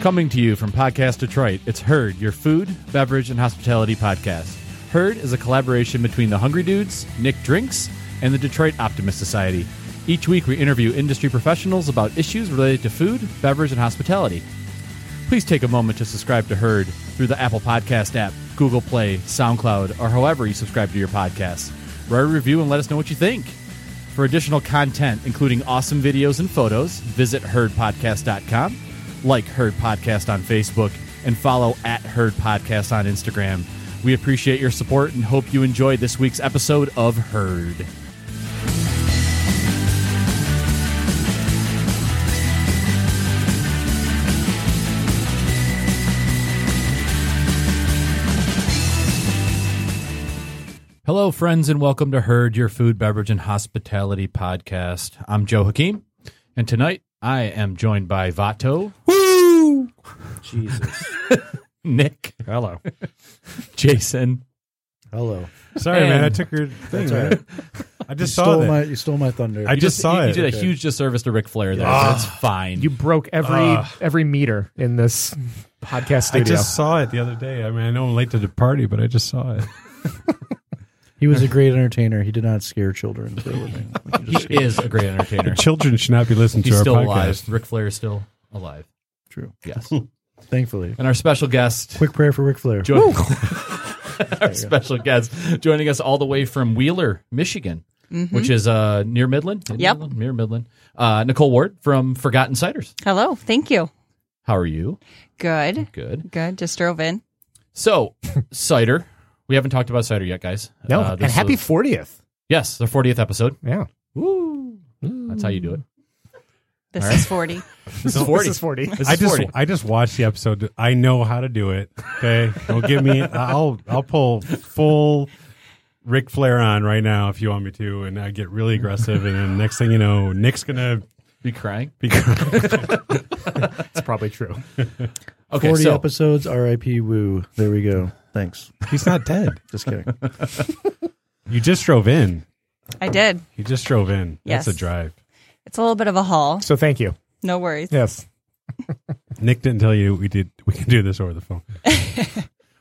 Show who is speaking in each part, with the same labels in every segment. Speaker 1: Coming to you from Podcast Detroit, it's Herd, your food, beverage, and hospitality podcast. Herd is a collaboration between the Hungry Dudes, Nick Drinks, and the Detroit Optimist Society. Each week, we interview industry professionals about issues related to food, beverage, and hospitality. Please take a moment to subscribe to Herd through the Apple Podcast app, Google Play, SoundCloud, or however you subscribe to your podcast. Write a review and let us know what you think. For additional content, including awesome videos and photos, visit herdpodcast.com, like Herd Podcast on Facebook, and follow at Herd Podcast on Instagram. We appreciate your support and hope you enjoyed this week's episode of Herd. Hello, friends, and welcome to Herd, your food, beverage, and hospitality podcast. I'm Joe Hakeem, and tonight I am joined by Vato,
Speaker 2: Jesus.
Speaker 1: Nick,
Speaker 2: Hello.
Speaker 1: Jason,
Speaker 3: Hello.
Speaker 2: Sorry,
Speaker 1: And-
Speaker 2: man. I took your thing. Man. I
Speaker 3: You
Speaker 2: just saw
Speaker 3: stole
Speaker 2: that.
Speaker 3: my you stole my thunder.
Speaker 2: I
Speaker 3: I,
Speaker 1: You
Speaker 2: just
Speaker 1: did-
Speaker 2: saw
Speaker 1: you,
Speaker 2: it. Ah.
Speaker 1: You did a huge disservice to Ric Flair there. so it's fine.
Speaker 4: You broke every
Speaker 2: Ugh.
Speaker 4: every meter in this podcast
Speaker 2: I
Speaker 4: studio.
Speaker 2: just saw it the other day. I mean, I know I'm late to the party, but I just saw it.
Speaker 3: he was a great entertainer. He did not scare children for a living. Like, you just-
Speaker 1: he is a great entertainer.
Speaker 2: Children should not be listening
Speaker 1: He's
Speaker 2: to our
Speaker 1: still
Speaker 2: podcast.
Speaker 1: alive. Ric Flair is still alive.
Speaker 3: True.
Speaker 1: Yes.
Speaker 3: Thankfully.
Speaker 1: And our special guest,
Speaker 3: Quick prayer for Ric Flair.
Speaker 1: join- our special guest, joining us all the way from Wheeler, Michigan,
Speaker 4: Mm-hmm.
Speaker 1: which is uh, near Midland. In
Speaker 5: Yep.
Speaker 1: Midland? near Midland. Uh, Nicole Ward from Forgotten Ciders.
Speaker 5: Hello, thank you.
Speaker 1: How are you?
Speaker 5: Good,
Speaker 1: Good.
Speaker 5: good. Just drove in.
Speaker 1: So, cider. We haven't talked about cider yet, guys.
Speaker 4: no,
Speaker 1: Uh,
Speaker 4: and
Speaker 1: this
Speaker 4: happy
Speaker 1: was-
Speaker 4: fortieth.
Speaker 1: yes, the 40th episode.
Speaker 4: Yeah,
Speaker 1: Woo. That's how you do it.
Speaker 4: Mm.
Speaker 5: This is forty.
Speaker 1: This is 40.
Speaker 4: this is forty.
Speaker 1: This
Speaker 2: I
Speaker 1: is
Speaker 2: just
Speaker 1: 40.
Speaker 2: I just watched the episode. I know how to do it. Okay, don't give me. I'll I'll pull full Ric Flair on right now if you want me to, and I get really aggressive. And then next thing you know, Nick's gonna
Speaker 1: be crying.
Speaker 2: be.
Speaker 4: That's probably true.
Speaker 1: Okay,
Speaker 3: Forty
Speaker 1: so
Speaker 3: episodes, R.I.P. Woo. There we go. Thanks.
Speaker 2: He's not dead.
Speaker 3: Just kidding.
Speaker 2: You just drove in.
Speaker 5: I did.
Speaker 2: You just drove in.
Speaker 5: Yes.
Speaker 2: That's a drive.
Speaker 5: It's a little bit of a haul.
Speaker 4: So thank you.
Speaker 5: No worries.
Speaker 4: Yes,
Speaker 2: Nick didn't tell you we did. We can do this over the phone.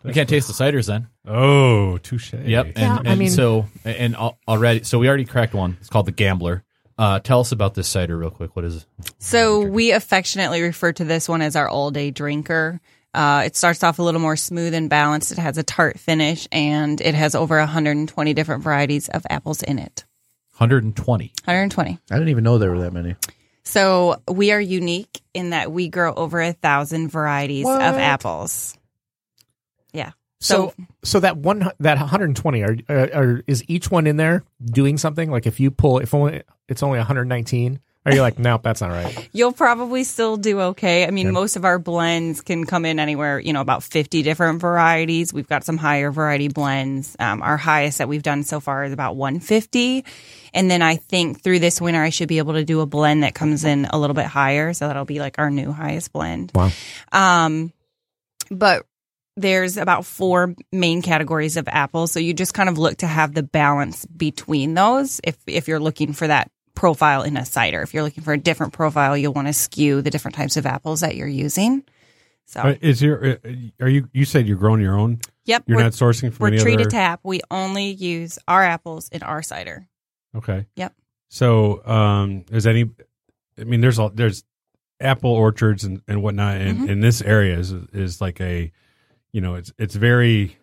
Speaker 1: we can't taste the ciders then.
Speaker 2: Oh, touche.
Speaker 1: Yep. And,
Speaker 4: Yeah, I
Speaker 1: and
Speaker 4: mean-
Speaker 1: so and al- already so we already cracked one. It's called the Gambler. Uh, tell us about this cider real quick. What is it?
Speaker 5: So we affectionately refer to this one as our all day drinker. Uh, it starts off a little more smooth and balanced. It has a tart finish, and it has over 120 different varieties of apples in it.
Speaker 1: 120.
Speaker 5: 120.
Speaker 3: I didn't even know there were that many.
Speaker 5: So we are unique in that we grow over a thousand varieties
Speaker 4: What?
Speaker 5: of apples. Yeah.
Speaker 4: So so that one hu- that 120 are, are, are is each one in there doing something? Like if you pull, if only it's only 119. Are you like, nope, that's not right.
Speaker 5: You'll probably still do okay. I mean, most of our blends can come in anywhere, you know, about 50 different varieties. We've got some higher variety blends. Um, our highest that we've done so far is about 150. And then I think through this winter, I should be able to do a blend that comes in a little bit higher. So that'll be like our new highest blend.
Speaker 4: Wow.
Speaker 5: Um, but there's about four main categories of apples. So you just kind of look to have the balance between those if, if you're looking for that profile in a cider. If you're looking for a different profile, you'll want to skew the different types of apples that you're using. So,
Speaker 2: Uh, Is your uh, are you you said you're growing your own?
Speaker 5: yep,
Speaker 2: You're
Speaker 5: we're,
Speaker 2: not sourcing from
Speaker 5: we're
Speaker 2: any
Speaker 5: tree
Speaker 2: other.
Speaker 5: to tap. We only use our apples in our cider.
Speaker 2: Okay.
Speaker 5: Yep.
Speaker 2: So, um, is any? I mean, there's all there's apple orchards and, and whatnot, and
Speaker 5: Mm-hmm.
Speaker 2: in this area is is like a, you know, it's it's very,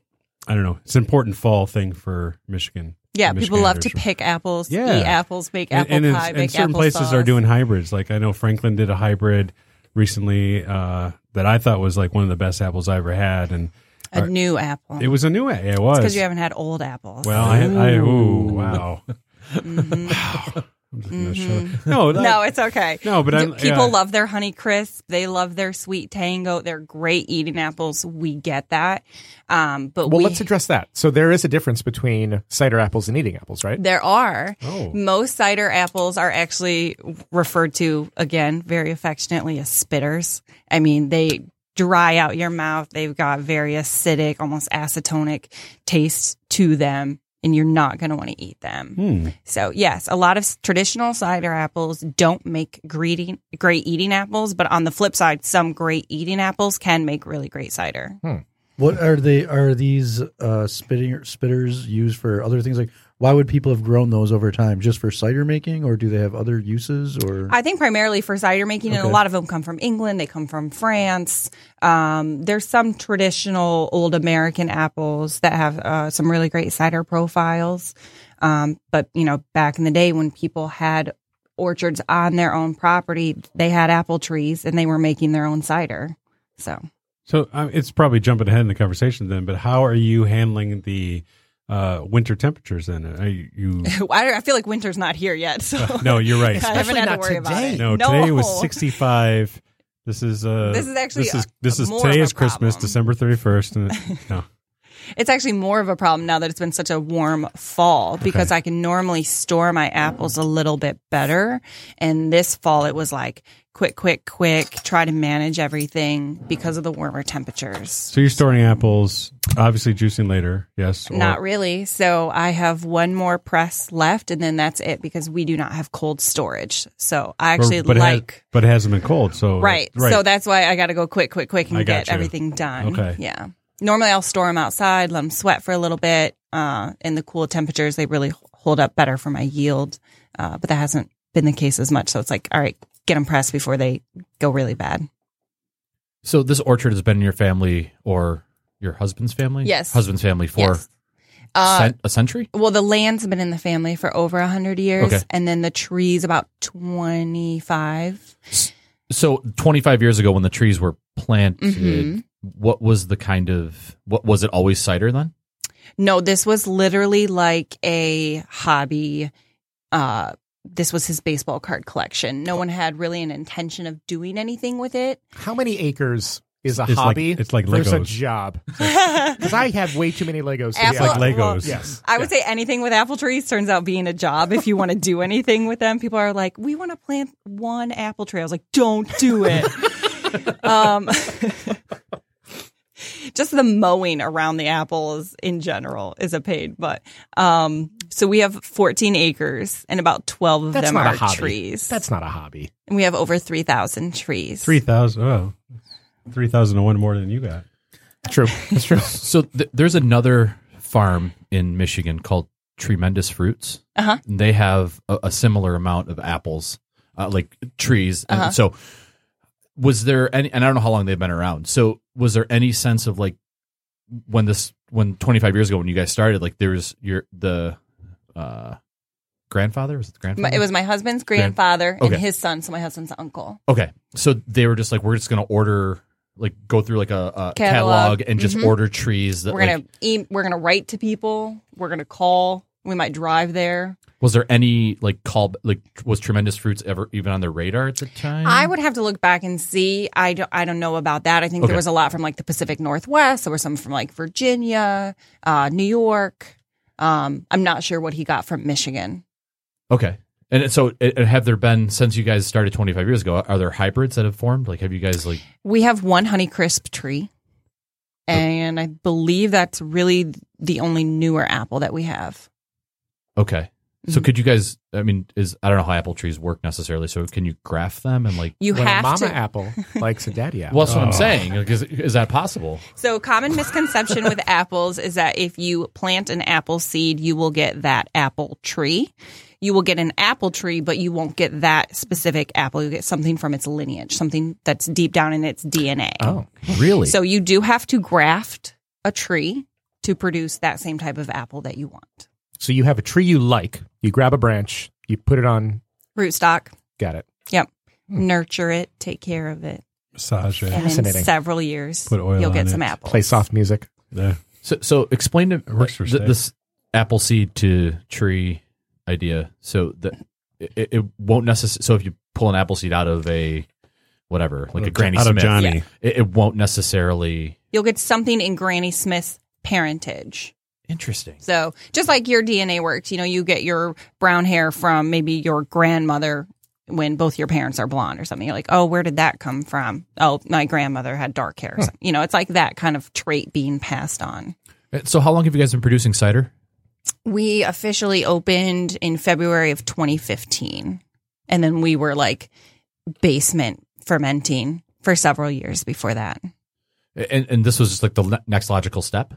Speaker 2: I don't know, it's an important fall thing for Michigan.
Speaker 5: Yeah,
Speaker 2: Michigan
Speaker 5: people love to
Speaker 2: or-
Speaker 5: pick apples,
Speaker 2: Yeah.
Speaker 5: eat apples, make
Speaker 2: And-
Speaker 5: apple
Speaker 2: and, in-
Speaker 5: pie,
Speaker 2: and
Speaker 5: make
Speaker 2: certain
Speaker 5: apple
Speaker 2: places
Speaker 5: sauce.
Speaker 2: are doing hybrids. Like I know Franklin did a hybrid recently uh, that I thought was like one of the best apples I ever had, and
Speaker 5: a new apple.
Speaker 2: it was a new. Yeah, it was
Speaker 5: because you haven't had old apples.
Speaker 2: Well, I, I ooh, wow. I'm just gonna shut up. No, that-
Speaker 5: no, it's okay.
Speaker 2: no, but
Speaker 5: Do-
Speaker 2: I,
Speaker 5: people love their honey crisp. They love their sweet tango. They're great eating apples. We get that. Um, but
Speaker 4: Well,
Speaker 5: we,
Speaker 4: let's address that. So there is a difference between cider apples and eating apples, right?
Speaker 5: there are
Speaker 2: Oh.
Speaker 5: most cider apples are actually referred to again very affectionately as spitters. I mean, they dry out your mouth. They've got very acidic, almost acetonic taste to them. and you're not going to want to eat them.
Speaker 2: Hmm.
Speaker 5: So yes, a lot of s- traditional cider apples don't make greedy, great eating apples, but on the flip side, some great eating apples can make really great cider.
Speaker 3: What are they? Are these uh, spitting spitters used for other things? Like, why would people have grown those over time? Just for cider making, or do they have other uses? Or
Speaker 5: I think primarily for cider making, and a
Speaker 3: Okay.
Speaker 5: lot of them come from England. They come from France. Um, there's some traditional old American apples that have uh, some really great cider profiles. Um, but you know, back in the day when people had orchards on their own property, they had apple trees and they were making their own cider. So
Speaker 2: So um, it's probably jumping ahead in the conversation then, but how are you handling the uh, winter temperatures then? Are you, you
Speaker 5: I, I feel like winter's not here yet. So
Speaker 2: No, you're right.
Speaker 5: I haven't had to worry about it.
Speaker 2: No, today was 65. This is uh
Speaker 5: This is actually
Speaker 2: this
Speaker 5: a-
Speaker 2: is this is
Speaker 5: more
Speaker 2: today
Speaker 5: of a
Speaker 2: is Christmas,
Speaker 5: problem.
Speaker 2: December 31st and it- no.
Speaker 5: It's actually more of a problem now that it's been such a warm fall because I can normally store my apples a little bit better. And this fall, it was like quick, quick, quick, try to manage everything because of the warmer temperatures.
Speaker 2: So you're storing apples, obviously juicing later. Yes. or-
Speaker 5: Not really. So I have one more press left, and then that's it because we do not have cold storage. So I
Speaker 2: or-
Speaker 5: actually
Speaker 2: but it has-
Speaker 5: like.
Speaker 2: but it hasn't been cold, so
Speaker 5: Right.
Speaker 2: right.
Speaker 5: So that's why I got to go quick, quick, quick, and
Speaker 2: I
Speaker 5: get
Speaker 2: gotcha.
Speaker 5: everything done.
Speaker 2: Okay.
Speaker 5: Yeah. Normally, I'll store them outside, let them sweat for a little bit. Uh, in the cool temperatures, they really h- hold up better for my yield. Uh, but that hasn't been the case as much. So it's like, all right, get them pressed before they go really bad.
Speaker 1: So this orchard has been in your family or your husband's family?
Speaker 5: Yes.
Speaker 1: Husband's family for
Speaker 5: Yes. Uh,
Speaker 1: cen- a century?
Speaker 5: well, the land's been in the family for over a hundred years,
Speaker 1: Okay.
Speaker 5: and then the trees about twenty five.
Speaker 1: So 25 years ago when the trees were planted,
Speaker 5: Mhm.
Speaker 1: what was the kind of what was it always cider then?
Speaker 5: No, this was literally like a hobby. Uh, this was his baseball card collection. No one had really an intention of doing anything with it.
Speaker 4: How many acres is a
Speaker 2: It's like-
Speaker 4: hobby?
Speaker 2: it's like
Speaker 4: There's a
Speaker 2: Legos.
Speaker 4: job.
Speaker 5: I
Speaker 4: Because I have way too many Legos. to be
Speaker 5: Apple-
Speaker 4: honest.
Speaker 2: like
Speaker 5: Well,
Speaker 2: Legos.
Speaker 4: yes.
Speaker 5: would say anything with apple trees turns out being a job if you want to do anything with them. People are like, we want to plant one apple tree. I was like, don't do it. um, just the mowing around the apples in general is a pain. But um, so we have 14 acres and about 12 of
Speaker 4: That's
Speaker 5: them
Speaker 4: not
Speaker 5: are
Speaker 4: a hobby.
Speaker 5: trees.
Speaker 4: That's not a hobby.
Speaker 5: And we have over 3,000 trees.
Speaker 2: 3,000 oh. 3,001 more than you got.
Speaker 4: True. That's true.
Speaker 1: So th- there's another farm in Michigan called Tremendous Fruits.
Speaker 5: Uh-huh.
Speaker 1: And They have a, a similar amount of apples, uh, like trees. And
Speaker 5: Uh-huh.
Speaker 1: so was there any? And I don't know how long they've been around. So was there any sense of like when this when 25 years ago when you guys started, like there was your the uh, grandfather was it the
Speaker 5: My-
Speaker 1: grandfather?
Speaker 5: It was my husband's grandfather
Speaker 1: Okay.
Speaker 5: and his son, so my husband's uncle.
Speaker 1: Okay. So they were just like, we're just going to order, like, go through like a, a catalog.
Speaker 5: Catalog.
Speaker 1: and just
Speaker 5: Mhm.
Speaker 1: order trees. That,
Speaker 5: We're gonna
Speaker 1: like-
Speaker 5: e- we're gonna write to people. We're gonna call. We might drive there.
Speaker 1: was there any like call, like, was Tremendous Fruits ever even on their radar at the time?
Speaker 5: I would have to look back and see. I don't, I don't know about that. I think
Speaker 1: Okay.
Speaker 5: there was a lot from like the Pacific Northwest. There were some from like Virginia, uh, New York. Um, I'm not sure what he got from Michigan.
Speaker 1: Okay. And so and have there been, since you guys started 25 years ago, are there hybrids that have formed? Like, have you guys, like,
Speaker 5: We have one Honeycrisp tree, and I believe that's really the only newer apple that we have.
Speaker 1: okay. So
Speaker 5: Mhm.
Speaker 1: could you guys, I mean, is, I don't know how apple trees work necessarily. So can you graph them and like,
Speaker 5: You
Speaker 4: when a
Speaker 5: have
Speaker 4: mama
Speaker 5: to.
Speaker 4: apple likes a daddy apple.
Speaker 1: well, that's what I'm
Speaker 2: Oh.
Speaker 1: saying. Like, is, is that possible?
Speaker 5: So, common misconception with apples is that if you plant an apple seed, you will get that apple tree. You will get an apple tree, but you won't get that specific apple. You get something from its lineage, something that's deep down in its DNA.
Speaker 4: oh,
Speaker 1: Really?
Speaker 5: So, you do have to graft a tree to produce that same type of apple that you want.
Speaker 4: so you have a tree you like. You grab a branch. You put it on.
Speaker 5: Rootstock,
Speaker 4: Got it.
Speaker 2: Hmm.
Speaker 5: nurture it, take care of it.
Speaker 2: Massage it.
Speaker 5: And in
Speaker 4: Fascinating.
Speaker 5: several years,
Speaker 2: Put oil
Speaker 5: you'll
Speaker 2: on
Speaker 5: get
Speaker 2: it.
Speaker 5: some apples.
Speaker 4: Play soft music.
Speaker 2: Yeah.
Speaker 1: So, so explain to
Speaker 2: works for
Speaker 1: th-
Speaker 2: steak.
Speaker 1: this apple seed to tree idea. So that it, it won't necessarily. So if you pull an apple seed out of a whatever, like a Granny
Speaker 2: out of
Speaker 1: Smith,
Speaker 2: Johnny.
Speaker 1: It, it won't necessarily.
Speaker 5: You'll get something in Granny Smith's parentage.
Speaker 1: Interesting.
Speaker 5: So just like your DNA works, you know, you get your brown hair from maybe your grandmother when both your parents are blonde or something. You're like, oh, where did that come from? Oh, my grandmother had dark hair. So, you know, it's like that kind of trait being passed on.
Speaker 1: Uh, So how long have you guys been producing cider?
Speaker 5: we officially opened in February of 2015. And then we were like basement fermenting for several years before that.
Speaker 1: And and this was just like the le- next logical step.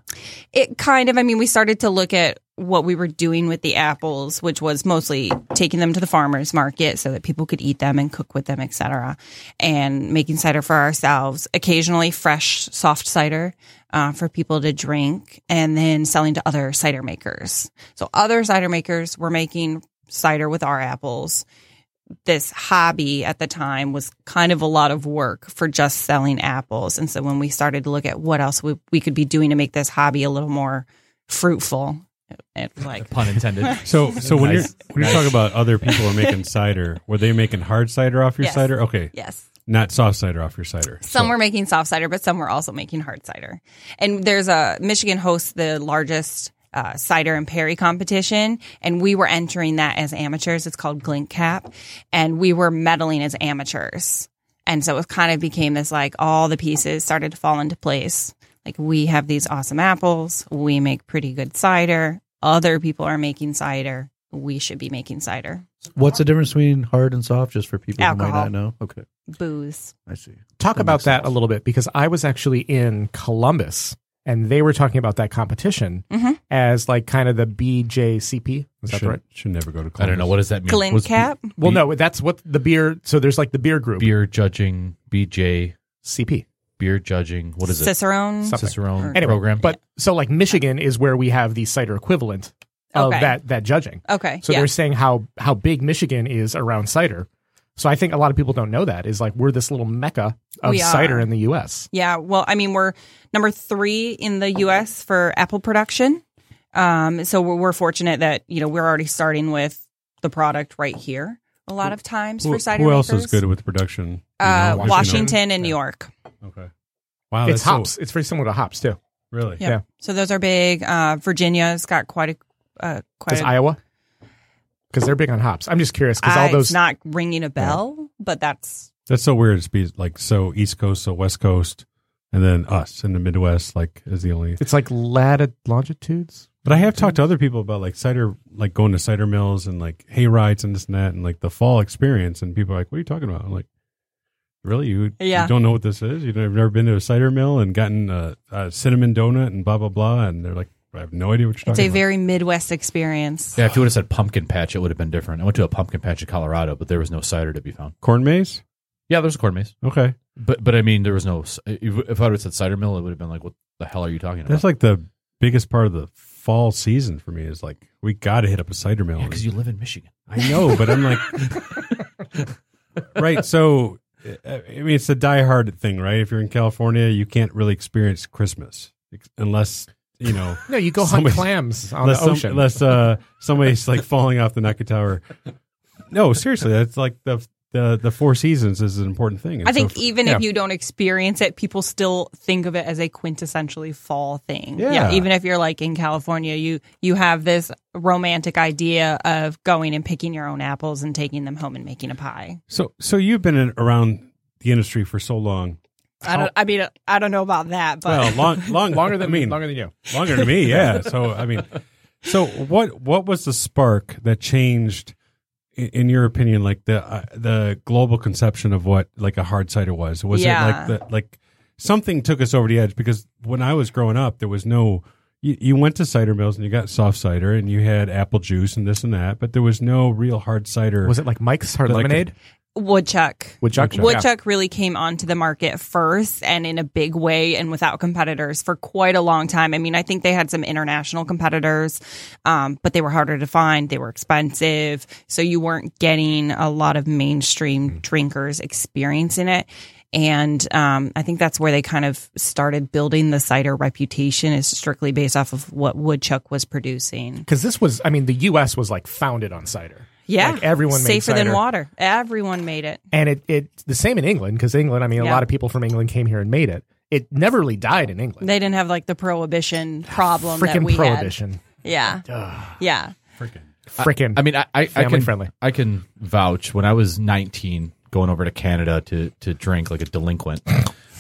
Speaker 5: It kind of, I mean, we started to look at what we were doing with the apples, which was mostly taking them to the farmers market so that people could eat them and cook with them, etc., and making cider for ourselves. Occasionally, fresh soft cider uh, for people to drink, and then selling to other cider makers. So other cider makers were making cider with our apples. This hobby at the time was kind of a lot of work for just selling apples. And so when we started to look at what else we, we could be doing to make this hobby a little more fruitful, it, it, like
Speaker 1: Pun intended.
Speaker 2: So, so when
Speaker 1: Nice.
Speaker 2: you're when you're talking about other people are making cider, were they making hard cider off your
Speaker 5: Yes.
Speaker 2: cider? Okay,
Speaker 5: yes.
Speaker 2: not soft cider off your cider.
Speaker 5: Some
Speaker 2: So-
Speaker 5: were making soft cider, but some were also making hard cider. And there's a Michigan hosts the largest uh, cider and perry competition, and we were entering that as amateurs. It's called Glint Cap, and we were medaling as amateurs. And so it kind of became this like all the pieces started to fall into place. Like we have these awesome apples, we make pretty good cider. Other people are making cider. We should be making cider.
Speaker 3: What's the difference between hard and soft? Just for people who might
Speaker 5: Alcohol.
Speaker 3: not know. Okay,
Speaker 5: Booze.
Speaker 3: I see.
Speaker 4: Talk
Speaker 3: That
Speaker 4: about
Speaker 3: makes
Speaker 4: that
Speaker 3: sense.
Speaker 4: a little bit because I was actually in Columbus and they were talking about that competition
Speaker 5: Mhm.
Speaker 4: as like kind of the BJCP. Is that
Speaker 2: should,
Speaker 4: right?
Speaker 2: should never go to. Columbus.
Speaker 1: I don't know what does that mean.
Speaker 5: Glint
Speaker 1: Was
Speaker 5: Cap.
Speaker 4: Well, no, that's what the beer. So there's like the beer group,
Speaker 1: beer judging BJ
Speaker 4: CP.
Speaker 1: beer judging. What is it?
Speaker 5: Cicerone.
Speaker 4: Something.
Speaker 1: Cicerone
Speaker 5: Anyway,
Speaker 1: program.
Speaker 4: But so like Michigan is where we have the cider equivalent of
Speaker 5: Okay.
Speaker 4: that that judging.
Speaker 5: Okay.
Speaker 4: So
Speaker 5: yeah.
Speaker 4: they're saying how how big Michigan is around cider. So I think a lot of people don't know that is like we're this little mecca of
Speaker 5: We
Speaker 4: cider
Speaker 5: are.
Speaker 4: in the U.S.
Speaker 5: Yeah. Well, I mean, we're number three in the U.S. for apple production. Um, so we're, we're fortunate that you know we're already starting with the product right here. A lot of times
Speaker 2: Who,
Speaker 5: for cider
Speaker 2: who else
Speaker 5: makers.
Speaker 2: is good with production? You
Speaker 5: Uh,
Speaker 2: know, if
Speaker 5: Washington,
Speaker 2: you
Speaker 5: and New
Speaker 2: Yeah.
Speaker 5: York.
Speaker 2: know. Okay. Wow, Oh,
Speaker 4: it's
Speaker 2: that's so-
Speaker 4: hops. it's very similar to hops too.
Speaker 2: really?
Speaker 5: Yeah.
Speaker 4: Yeah.
Speaker 5: So those are big. Uh, Virginia's got quite a uh, quite.
Speaker 4: Does
Speaker 5: A,
Speaker 4: Iowa? Because they're big on hops. I'm just curious because all
Speaker 5: I- it's
Speaker 4: those
Speaker 5: not ringing a bell, but that's
Speaker 2: That's so weird. It's be like so East Coast, so West Coast, and then us in the Midwest. Like is the only.
Speaker 4: it's like latitude longitudes.
Speaker 2: But I have
Speaker 5: Mm-hmm.
Speaker 2: talked to other people about like cider, like going to cider mills and like hay rides and this and that, and like the fall experience. And people are like, "What are you talking about?" I'm like, "Really? You,
Speaker 5: Yeah.
Speaker 2: you don't know what this is? You've never been to a cider mill and gotten a, a cinnamon donut and blah blah blah?" And they're like, "I have no idea what you're
Speaker 5: it's
Speaker 2: talking
Speaker 5: a
Speaker 2: about."
Speaker 5: very Midwest experience.
Speaker 1: yeah, if you would have said pumpkin patch, it would have been different. I went to a pumpkin patch in Colorado, but there was no cider to be found.
Speaker 2: Corn maze?
Speaker 1: Yeah, there's a corn maze,
Speaker 2: Okay,
Speaker 1: but but I mean, there was no. c- If if I would have said cider mill, it would have been like, what the hell are you talking about?
Speaker 2: that's like the biggest part of the fall season for me. Is like we got to hit up a cider mill
Speaker 1: because you live in Michigan.
Speaker 2: I know, but I'm like, right. So, I I mean, it's a diehard thing, right? If you're in California, you can't really experience Christmas ex- unless you know,
Speaker 4: No, you go hunt
Speaker 2: Somebody-
Speaker 4: clams on the
Speaker 2: unless,
Speaker 4: ocean.
Speaker 2: some, unless uh, somebody's like falling off the Naka Tower. No, seriously, that's like the the the Four Seasons is an important thing. And
Speaker 5: I think
Speaker 2: so-
Speaker 5: even if
Speaker 4: yeah.
Speaker 5: you don't experience it, people still think of it as a quintessentially fall thing.
Speaker 2: Yeah.
Speaker 5: Even if you're like in California, you you have this romantic idea of going and picking your own apples and taking them home and making a pie.
Speaker 2: so, so you've been in, around the industry for so long.
Speaker 5: I don't. I mean, I don't know about that, but
Speaker 2: Well, long, long
Speaker 4: longer than
Speaker 2: I mean,
Speaker 4: longer than you.
Speaker 2: longer than me yeah so i mean so what what was the spark that changed i- in your opinion like the uh, the global conception of what like a hard cider was was
Speaker 5: Yeah.
Speaker 2: it like the like something took us over the edge because when i was growing up there was no you, you went to cider mills and you got soft cider and you had apple juice and this and that but there was no real hard cider
Speaker 4: Was it like Mike's Hard
Speaker 2: Like a-
Speaker 4: Lemonade?
Speaker 5: woodchuck.
Speaker 4: Woodchuck.
Speaker 5: Woodchuck really came onto the market first and in a big way and without competitors for quite a long time. I mean, I think they had some international competitors, um, but they were harder to find. They were expensive. So you weren't getting a lot of
Speaker 4: Hmm.
Speaker 5: mainstream drinkers experiencing it. And um, I think that's where they kind of started building the cider reputation is strictly based off of what Woodchuck was producing.
Speaker 4: Because this was, I mean, the U.S. was like founded on cider.
Speaker 5: Yeah.
Speaker 4: Like everyone made
Speaker 5: Safer than
Speaker 4: cider.
Speaker 5: water. Everyone made it.
Speaker 4: and it it the same in England because England. I mean, a
Speaker 5: Yeah.
Speaker 4: lot of people from England came here and made it. It never really died in England.
Speaker 5: They didn't have like the prohibition problem that
Speaker 4: Freaking
Speaker 5: we
Speaker 4: prohibition.
Speaker 5: had. Yeah. Yeah.
Speaker 4: Freaking.
Speaker 1: I mean, I, I, I
Speaker 4: Family
Speaker 1: can
Speaker 4: friendly.
Speaker 1: I can vouch. When I was 19, going over to Canada to to drink like a delinquent,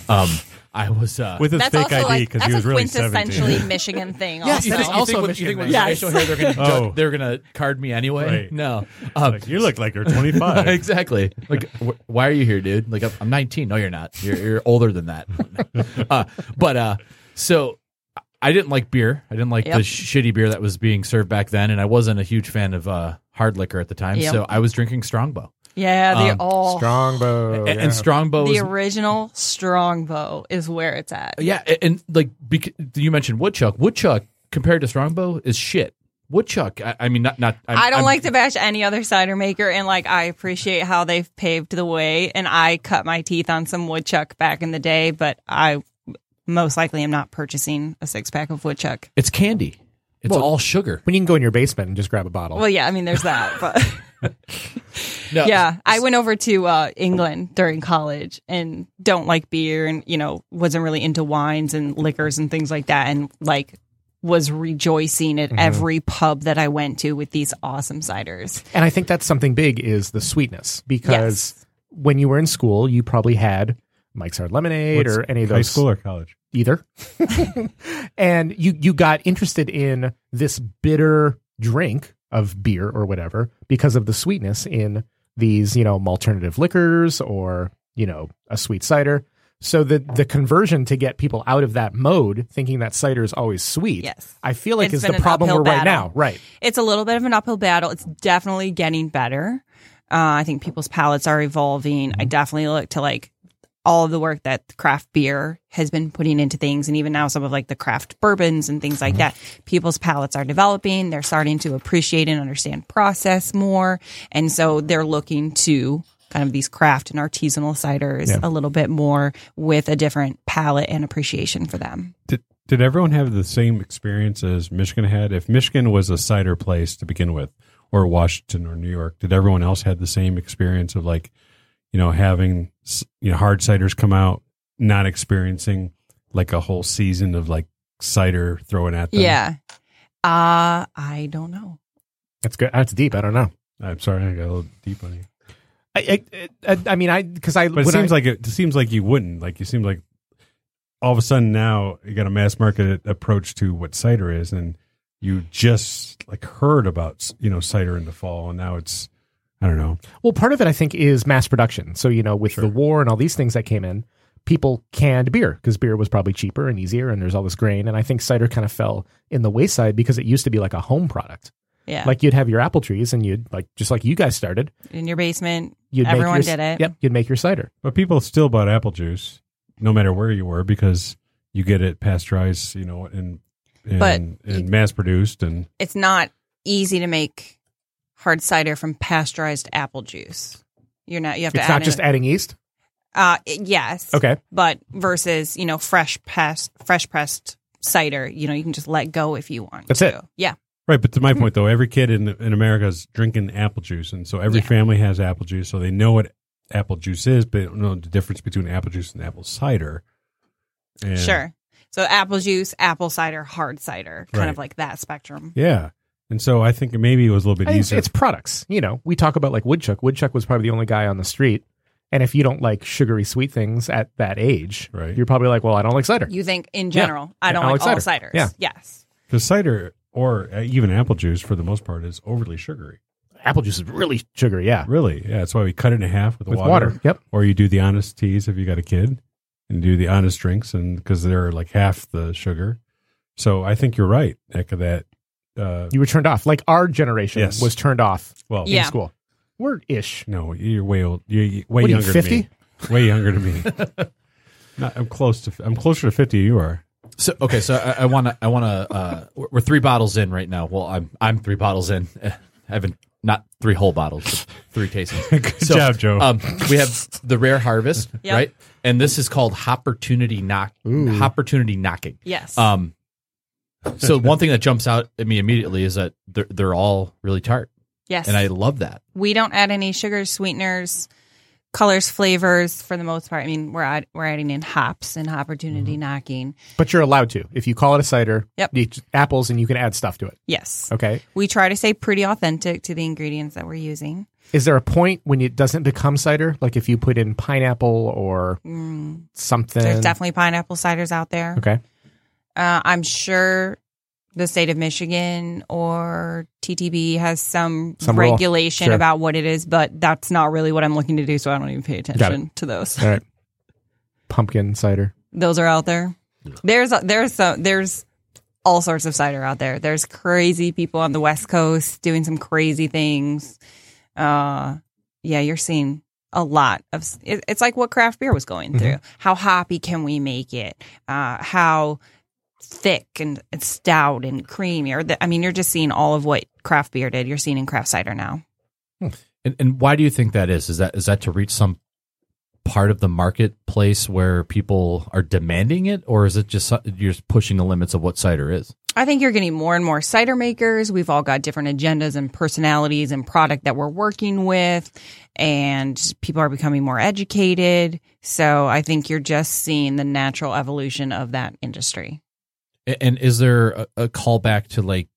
Speaker 1: Um, I was uh,
Speaker 2: with his
Speaker 5: That's
Speaker 2: fake
Speaker 5: also
Speaker 2: ID
Speaker 5: like
Speaker 2: because
Speaker 5: that's
Speaker 2: he was
Speaker 5: a
Speaker 2: really
Speaker 5: quintessentially
Speaker 2: 17.
Speaker 5: Michigan thing.
Speaker 4: Yes,
Speaker 5: also.
Speaker 4: that
Speaker 1: you
Speaker 4: is
Speaker 1: think
Speaker 4: also
Speaker 1: when- you
Speaker 4: Michigan
Speaker 1: think when
Speaker 4: man.
Speaker 1: the facial hair they're gonna
Speaker 2: Oh.
Speaker 1: ju- they're gonna card me anyway?
Speaker 2: Right.
Speaker 1: No, um,
Speaker 2: Like, you look like you're 25.
Speaker 1: exactly. Like, wh- why are you here, dude? Like, I'm- I'm 19. No, you're not. You're, you're older than that. uh, but uh, so I didn't like beer. I didn't like the
Speaker 5: Yep.
Speaker 1: shitty beer that was being served back then, and I wasn't a huge fan of uh, hard liquor at the time.
Speaker 5: Yep.
Speaker 1: So I was drinking Strongbow,
Speaker 5: Yeah, the
Speaker 1: Um,
Speaker 5: all
Speaker 4: Strongbow.
Speaker 2: Oh,
Speaker 1: and, and Strongbow
Speaker 5: the
Speaker 1: is
Speaker 5: original Strongbow is where it's at.
Speaker 1: Oh, yeah, a- and like bec- you mentioned woodchuck. Woodchuck compared to Strongbow is shit. Woodchuck. I, I mean, not not. I'm,
Speaker 5: I do not
Speaker 1: I'm-
Speaker 5: like to bash any other cider maker, and like I appreciate how they've paved the way. And I cut my teeth on some woodchuck back in the day, but I most likely am not purchasing a six pack of woodchuck.
Speaker 1: It's candy. It's
Speaker 4: Well-
Speaker 1: all sugar.
Speaker 4: when you can go in your basement and just grab a bottle.
Speaker 5: Well, yeah, I mean, there's that, but
Speaker 1: No,
Speaker 5: yeah, I went over to uh, England during college and don't like beer, and you know, wasn't really into wines and liquors and things like that, and like was rejoicing at every pub that I went to with these awesome ciders.
Speaker 4: And I think that's something big is the sweetness because when you were in school, you probably had Mike's Hard Lemonade
Speaker 2: What's
Speaker 4: or any of
Speaker 2: High
Speaker 4: those
Speaker 2: school or college?
Speaker 4: either. and you you got interested in this bitter drink of beer or whatever because of the sweetness in these, you know, alternative liquors or, you know, a sweet cider. So the the conversion to get people out of that mode thinking that cider is always sweet.
Speaker 5: Yes.
Speaker 4: I feel like
Speaker 5: It's
Speaker 4: is the
Speaker 5: been an
Speaker 4: problem we're
Speaker 5: uphill
Speaker 4: right
Speaker 5: battle.
Speaker 4: now. Right.
Speaker 5: it's a little bit of an uphill battle. It's definitely getting better. Uh, I think people's palates are evolving. I definitely look to like all of the work that craft beer has been putting into things, and even now some of like the craft bourbons and things like that. People's palates are developing. They're starting to appreciate and understand process more, and so they're looking to kind of these craft and artisanal ciders
Speaker 4: Yeah.
Speaker 5: a little bit more with a different palate and appreciation for them.
Speaker 2: Did, did everyone have the same experience as Michigan had? If Michigan was a cider place to begin with, or Washington or New York, did everyone else had the same experience of like, you know, having s- you know hard ciders come out, not experiencing like a whole season of like cider thrown at them?
Speaker 5: Yeah, uh, I don't know.
Speaker 4: That's good. That's deep. I don't know.
Speaker 2: I'm sorry, I got a little deep on you.
Speaker 4: I I, I, I mean I because I
Speaker 2: But it
Speaker 4: when I-
Speaker 2: seems like it, it seems like you wouldn't. Like you seem like all of a sudden now you got a mass market approach to what cider is, and you just like heard about you know cider in the fall, and now it's I don't know.
Speaker 4: Well, part of it, I think, is mass production. So, you know, with the war and all these things that came in, people canned beer because beer was probably cheaper and easier, and there's all this grain. And I think cider kind of fell in the wayside because it used to be like a home product.
Speaker 5: Yeah,
Speaker 4: Like you'd have your apple trees, and you'd like just like you guys started,
Speaker 5: in your basement,
Speaker 4: you'd
Speaker 5: Everyone
Speaker 4: make your,
Speaker 5: did it.
Speaker 4: Yep, you'd make your cider.
Speaker 2: But people still bought apple juice, no matter where you were, because you get it pasteurized, you know, and and,
Speaker 5: But-
Speaker 2: and mass produced, and
Speaker 5: it's not easy to make hard cider from pasteurized apple juice. You're not. You have to.
Speaker 4: It's
Speaker 5: add
Speaker 4: not just
Speaker 5: in,
Speaker 4: adding yeast.
Speaker 5: uh, yes.
Speaker 4: Okay,
Speaker 5: But versus you know fresh pressed fresh pressed cider, you know you can just let go if you want.
Speaker 4: That's
Speaker 5: to.
Speaker 4: it.
Speaker 5: Yeah.
Speaker 2: Right, but to
Speaker 5: Hmm.
Speaker 2: my point though, every kid in in America is drinking apple juice, and so every
Speaker 5: Yeah.
Speaker 2: family has apple juice, so they know what apple juice is, but they don't know the difference between apple juice and apple cider. And-
Speaker 5: Sure. So apple juice, apple cider, hard cider, kind of
Speaker 2: Right.
Speaker 5: like that spectrum.
Speaker 2: Yeah, and so I think maybe it was a little bit
Speaker 4: it's,
Speaker 2: easier.
Speaker 4: it's products. You know, we talk about like woodchuck. Woodchuck was probably the only guy on the street, and if you don't like sugary sweet things at that age,
Speaker 2: Right.
Speaker 4: you're probably like, well, I don't like cider.
Speaker 5: You think in general, I don't
Speaker 4: I
Speaker 5: like,
Speaker 4: like
Speaker 5: all
Speaker 4: cider.
Speaker 5: ciders.
Speaker 4: Yeah.
Speaker 5: Yes.
Speaker 2: because cider or uh, even apple juice, for the most part, is overly sugary.
Speaker 4: apple juice is really sugary. Yeah,
Speaker 2: Really, yeah, that's why we cut it in half with,
Speaker 4: with
Speaker 2: water.
Speaker 4: water. Yep.
Speaker 2: or you do the honest teas if you got a kid, and do the honest drinks, and because they're like half the sugar. So I think you're right, Nick, that. Uh,
Speaker 4: You were turned off. Like our generation
Speaker 2: Yes.
Speaker 4: was turned off
Speaker 2: well,
Speaker 5: Yeah.
Speaker 4: in school. We're ish.
Speaker 2: No, you're way old. You're you're way
Speaker 4: What are you,
Speaker 2: younger.
Speaker 4: 50?
Speaker 2: Than me. Way younger than me. Not, I'm close to. I'm closer to fifty. than You are.
Speaker 1: So okay, so I I want to. I want to. Uh, we're we're three bottles in right now. Well, I'm I'm three bottles in. Eh, I haven't not three whole bottles, but three tastings. Good
Speaker 2: job, Joe.
Speaker 4: uh,
Speaker 1: Um, we have the rare harvest,
Speaker 5: Yep.
Speaker 1: right? And this is called opportunity knock. Opportunity knocking.
Speaker 5: Yes.
Speaker 1: Um, so one thing that jumps out at me immediately is that they're they're all really tart,
Speaker 5: yes.
Speaker 1: and I love that.
Speaker 5: We don't add any sugars, sweeteners, colors, flavors for the most part. I mean, we're add, we're adding in hops and opportunity
Speaker 4: Mm-hmm.
Speaker 5: knocking.
Speaker 4: But you're allowed to. If you call it a cider,
Speaker 5: Yep.
Speaker 4: you eat apples and you can add stuff to it.
Speaker 5: Yes.
Speaker 4: Okay.
Speaker 5: We try to stay pretty authentic to the ingredients that we're using.
Speaker 4: Is there a point when it doesn't become cider? Like if you put in pineapple or
Speaker 5: Mm,
Speaker 4: something?
Speaker 5: there's definitely pineapple ciders out there.
Speaker 4: Okay.
Speaker 5: Uh, I'm sure the state of Michigan or TTB has some,
Speaker 4: Some rule.
Speaker 5: regulation
Speaker 4: Sure.
Speaker 5: about what it is, but that's not really what I'm looking to do. So I don't even pay attention to those.
Speaker 4: All right. Pumpkin cider.
Speaker 5: Those are out there. There's there's some there's all sorts of cider out there. There's crazy people on the West Coast doing some crazy things. Uh, yeah, you're seeing a lot of. s- it- It's like what craft beer was going through. How hoppy can we make it? Uh, how thick and, and stout and creamy? Or the, I mean, you're just seeing all of what craft beer did. You're seeing in craft cider now.
Speaker 1: And, and why do you think that is? Is that is that to reach some part of the marketplace where people are demanding it, or is it just so- you're just pushing the limits of what cider is?
Speaker 5: I think you're getting more and more cider makers. We've all got different agendas and personalities and product that we're working with, and people are becoming more educated. So I think you're just seeing the natural evolution of that industry.
Speaker 1: A- And is there a, a callback to like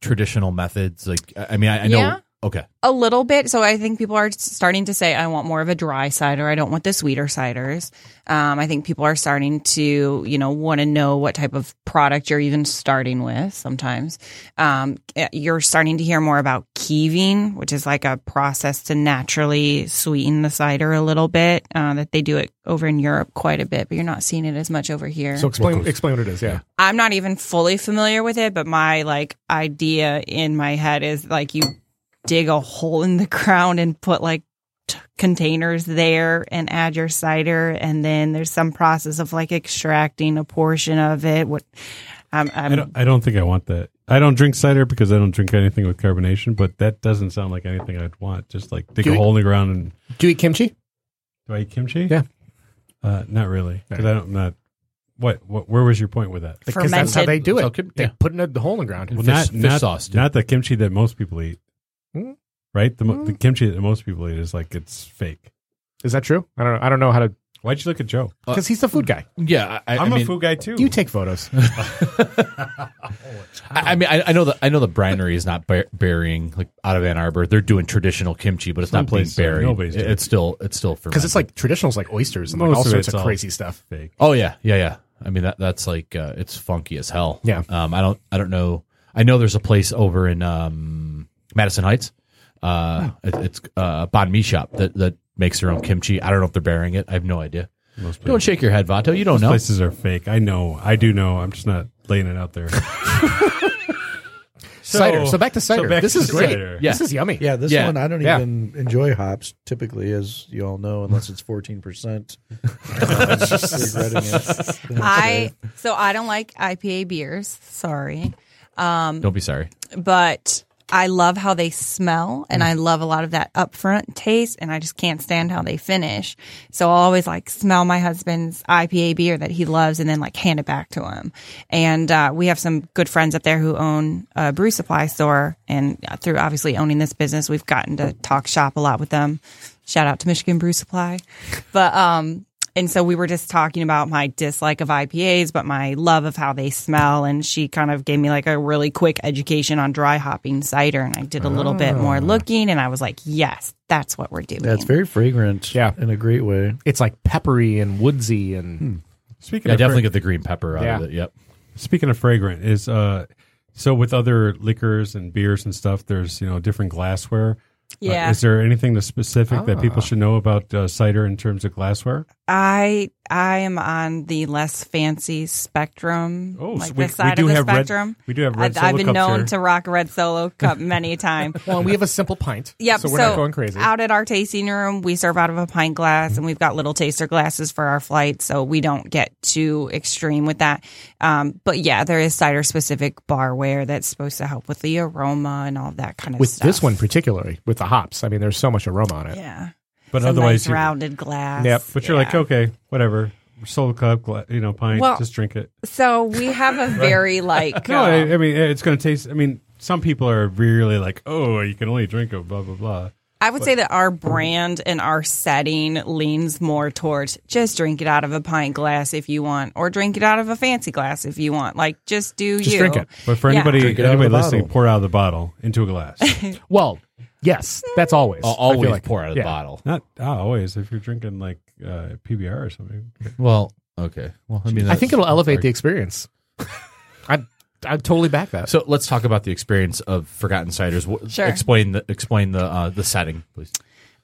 Speaker 1: traditional methods? Like, I I mean, I, I know.
Speaker 5: Yeah.
Speaker 1: Okay,
Speaker 5: A little bit. So I think people are starting to say, I want more of a dry cider. I don't want the sweeter ciders. Um, I think people are starting to, you know, want to know what type of product you're even starting with sometimes. Um, eh, you're starting to hear more about keeving, which is like a process to naturally sweeten the cider a little bit, uh, that they do it over in Europe quite a bit, but you're not seeing it as much over here.
Speaker 4: So explain explain what it is. Yeah.
Speaker 5: I'm not even fully familiar with it, but my like idea in my head is like you dig a hole in the ground and put like t- containers there and add your cider, and then there's some process of like extracting a portion of it. What I'm, I'm
Speaker 2: I don't, I don't think I want that. I don't drink cider because I don't drink anything with carbonation, but that doesn't sound like anything I'd want. Just like dig
Speaker 4: Do
Speaker 2: a
Speaker 4: you-
Speaker 2: hole in the ground and
Speaker 4: Do you eat kimchi?
Speaker 2: do I eat kimchi?
Speaker 4: Yeah.
Speaker 2: Uh, not really. 'Cause I don't, not, what, what, where was your point with that?
Speaker 4: Because that's how
Speaker 5: Fermented.
Speaker 4: they do it.
Speaker 1: So kim-
Speaker 4: They
Speaker 1: yeah.
Speaker 4: put in a the hole in the ground.
Speaker 1: Well,
Speaker 2: Well,
Speaker 1: fish-
Speaker 2: not,
Speaker 1: fish
Speaker 2: not,
Speaker 1: sauce, dude.
Speaker 2: not the kimchi that most people eat,
Speaker 4: Hmm?
Speaker 2: right? The, mo the kimchi that most people eat is like, it's fake.
Speaker 4: Is that true? I don't know. I don't know how to
Speaker 2: Why'd you look at Joe?
Speaker 4: because he's the food guy.
Speaker 1: yeah, I, I
Speaker 2: I'm a
Speaker 1: mean,
Speaker 2: food guy too.
Speaker 4: You take photos.
Speaker 1: I, I mean, I, I know that I know the brinery is not bur- burying like out of Ann Arbor. They're doing traditional kimchi, but it's not being
Speaker 2: Someplace, uh,
Speaker 1: buried.
Speaker 2: nobody's
Speaker 1: It-
Speaker 2: doing
Speaker 1: it's still it's still for
Speaker 4: Because it's like traditionals like oysters and like
Speaker 2: Most
Speaker 4: all
Speaker 2: of
Speaker 4: sorts
Speaker 2: it's
Speaker 4: of
Speaker 2: all-
Speaker 4: crazy stuff.
Speaker 2: fake.
Speaker 1: Oh yeah, yeah, yeah. I mean that that's like uh, it's funky as hell.
Speaker 4: Yeah.
Speaker 1: Um, I don't I don't know. I know there's a place over in um, Madison Heights. Uh,
Speaker 4: Hmm.
Speaker 1: it, it's uh, a banh mi shop that that makes their own kimchi. I don't know if they're burying it. I have no idea.
Speaker 2: Most people.
Speaker 1: Don't shake your head, Vato. You don't know.
Speaker 2: Places are fake. I know. I do know. I'm just not laying it out there.
Speaker 4: cider. So back to cider.
Speaker 2: back
Speaker 4: this
Speaker 2: to
Speaker 4: is great.
Speaker 2: cider.
Speaker 1: Yeah.
Speaker 4: This is yummy.
Speaker 3: Yeah, this
Speaker 1: Yeah.
Speaker 3: one I don't
Speaker 4: Yeah.
Speaker 3: even enjoy hops typically, as you all know, unless it's fourteen percent. regretting it.
Speaker 5: I so I don't like IPA beers. Sorry.
Speaker 1: Don't be sorry.
Speaker 5: but I love how they smell and I love a lot of that upfront taste and I just can't stand how they finish. So I'll always like smell my husband's IPA beer that he loves and then like hand it back to him. And uh, we have some good friends up there who own a brew supply store. And uh, through obviously owning this business, we've gotten to talk shop a lot with them. Shout out to Michigan Brew Supply. But, um, and so we were just talking about my dislike of IPAs, but my love of how they smell. And she kind of gave me like a really quick education on dry hopping cider. And I did a little bit
Speaker 2: Ah.
Speaker 5: more looking and I was like, yes, that's what we're doing.
Speaker 3: Yeah, it's very fragrant.
Speaker 4: Yeah.
Speaker 3: in a great way.
Speaker 4: It's like peppery and woodsy and
Speaker 3: Hmm.
Speaker 2: Speaking
Speaker 1: I
Speaker 2: of
Speaker 1: definitely get the green pepper out of
Speaker 4: Yeah.
Speaker 1: it. Yep.
Speaker 2: Speaking of fragrant, is uh, so with other liquors and beers and stuff, there's you know different glassware. Uh,
Speaker 5: yeah.
Speaker 2: is there anything that's specific that
Speaker 3: Ah.
Speaker 2: people should know about uh, cider in terms of glassware?
Speaker 5: I I am on the less fancy spectrum.
Speaker 2: Oh,
Speaker 5: like this side of the
Speaker 2: have
Speaker 5: spectrum.
Speaker 2: red. We do have
Speaker 5: I,
Speaker 2: red. solo
Speaker 5: I've been
Speaker 2: cups
Speaker 5: known
Speaker 2: here.
Speaker 5: to rock a red solo cup many a time.
Speaker 4: Well, and we have a simple pint.
Speaker 5: Yep.
Speaker 4: So we're not going crazy.
Speaker 5: Out at our tasting room, we serve out of a pint glass, and we've got little taster glasses for our flight, so we don't get too extreme with that. Um, but yeah, there is cider specific barware that's supposed to help with the aroma and all that kind of
Speaker 4: with
Speaker 5: stuff.
Speaker 4: this one particularly, with the hops. I mean, there's so much aroma on it.
Speaker 5: yeah.
Speaker 2: but
Speaker 5: Some
Speaker 2: otherwise,
Speaker 5: nice
Speaker 2: you-
Speaker 5: rounded glass.
Speaker 4: Yep,
Speaker 2: but you're like
Speaker 5: Yeah.
Speaker 2: okay, whatever. Solo cup, gla- you know, pint.
Speaker 5: Well,
Speaker 2: just drink it.
Speaker 5: So we have a very like.
Speaker 2: No,
Speaker 5: uh,
Speaker 2: I, I mean it's going to taste. I mean, some people are really like, oh, you can only drink a blah blah blah.
Speaker 5: I would say that our
Speaker 4: Mm-hmm.
Speaker 5: brand and our setting leans more towards just drink it out of a pint glass if you want, or drink it out of a fancy glass if you want. Like, just do
Speaker 4: Just
Speaker 5: you.
Speaker 4: drink it.
Speaker 2: But for
Speaker 5: Yeah.
Speaker 2: anybody,
Speaker 3: Drink it out of
Speaker 2: anybody
Speaker 3: the
Speaker 2: listening,
Speaker 3: bottle.
Speaker 2: pour it out of the bottle into a glass.
Speaker 4: Well, Yes, that's always.
Speaker 1: I'll
Speaker 4: I feel
Speaker 1: always
Speaker 4: like.
Speaker 1: pour out of the
Speaker 4: Yeah.
Speaker 1: bottle.
Speaker 2: Not not always. If you're drinking like uh, PBR or something,
Speaker 1: Well, okay. Well, I mean,
Speaker 4: I think it'll elevate the experience. I I totally back that.
Speaker 1: So let's talk about the experience of Forgotten Ciders. Wh-
Speaker 5: Sure.
Speaker 1: Explain the explain the uh, the setting, please.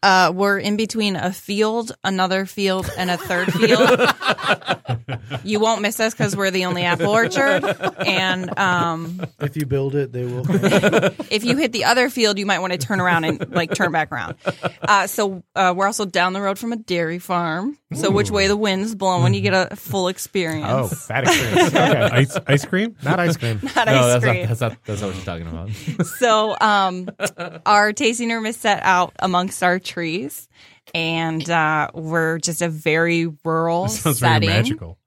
Speaker 5: Uh, we're in between a field, another field, and a third field. you won't miss us because we're the only apple orchard. And um,
Speaker 3: If you build it, they will.
Speaker 5: if you hit the other field, you might want to turn around and like turn back around. Uh, so uh, we're also down the road from a dairy farm. So which way the wind's blowing, you get a full
Speaker 4: oh,
Speaker 5: experience.
Speaker 4: that experience. Okay.
Speaker 2: ice ice cream.
Speaker 4: Not ice cream.
Speaker 5: Not ice
Speaker 1: that's
Speaker 5: cream.
Speaker 1: not, that's not that's not what you're talking about.
Speaker 5: so um, our tasting room is set out amongst our trees, and uh, we're just a very rural
Speaker 2: Sounds
Speaker 5: setting.
Speaker 2: very magical.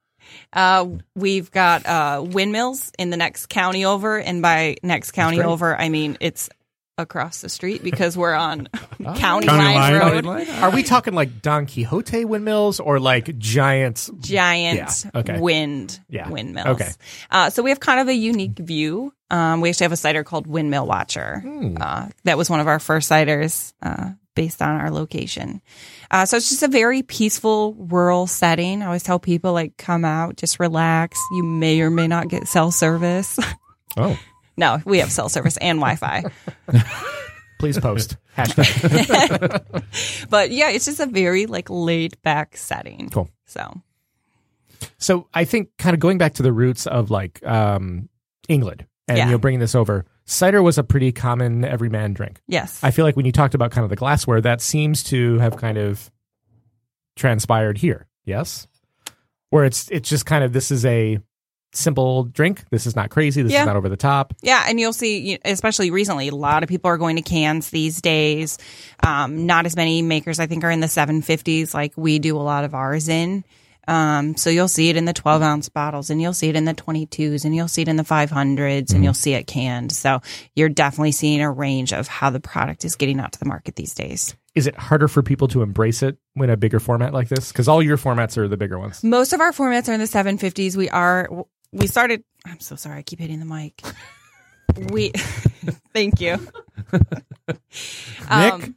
Speaker 5: Uh, we've got uh, windmills in the next county over, and by next county
Speaker 4: great.
Speaker 5: over, I mean it's across the street because we're on
Speaker 4: Oh.
Speaker 5: County,
Speaker 2: County
Speaker 5: Line,
Speaker 2: Line.
Speaker 5: Road.
Speaker 4: Are we talking like Don Quixote windmills or like giants?
Speaker 5: Giant
Speaker 4: Yeah, okay.
Speaker 5: wind
Speaker 4: Yeah,
Speaker 5: windmills.
Speaker 4: okay.
Speaker 5: Uh, so we have kind of a unique view. Um, we actually have a cider called Windmill Watcher.
Speaker 4: Hmm.
Speaker 5: Uh, that was one of our first ciders uh, based on our location. Uh, so it's just a very peaceful rural setting. I always tell people like come out, just relax. You may or may not get cell service.
Speaker 4: Oh,
Speaker 5: No, we have cell service and Wi-Fi.
Speaker 4: please post hashtag.
Speaker 5: But yeah, it's just a very like laid back setting.
Speaker 4: Cool.
Speaker 5: So
Speaker 4: So I think kind of going back to the roots of like um, England and
Speaker 5: Yeah.
Speaker 4: you know bringing this over, cider was a pretty common everyman drink.
Speaker 5: yes,
Speaker 4: I feel like when you talked about kind of the glassware, that seems to have kind of transpired here. Yes, where it's it's just kind of this is a simple drink. This is not crazy. This
Speaker 5: Yeah.
Speaker 4: is not over the top.
Speaker 5: yeah, and you'll see, you- especially recently, a lot of people are going to cans these days. Um, not as many makers, I think, are in the 750s like we do a lot of ours in. Um, so you'll see it in the 12 ounce bottles, and you'll see it in the 22s, and you'll see it in the 500s,
Speaker 4: Mm-hmm.
Speaker 5: and you'll see it canned. So you're definitely seeing a range of how the product is getting out to the market these days.
Speaker 4: Is it harder for people to embrace it when a bigger format like this? Because all your formats are the bigger ones.
Speaker 5: Most of our formats are in the 750s. We are we started I'm so sorry, I keep hitting the mic. We thank you. Um,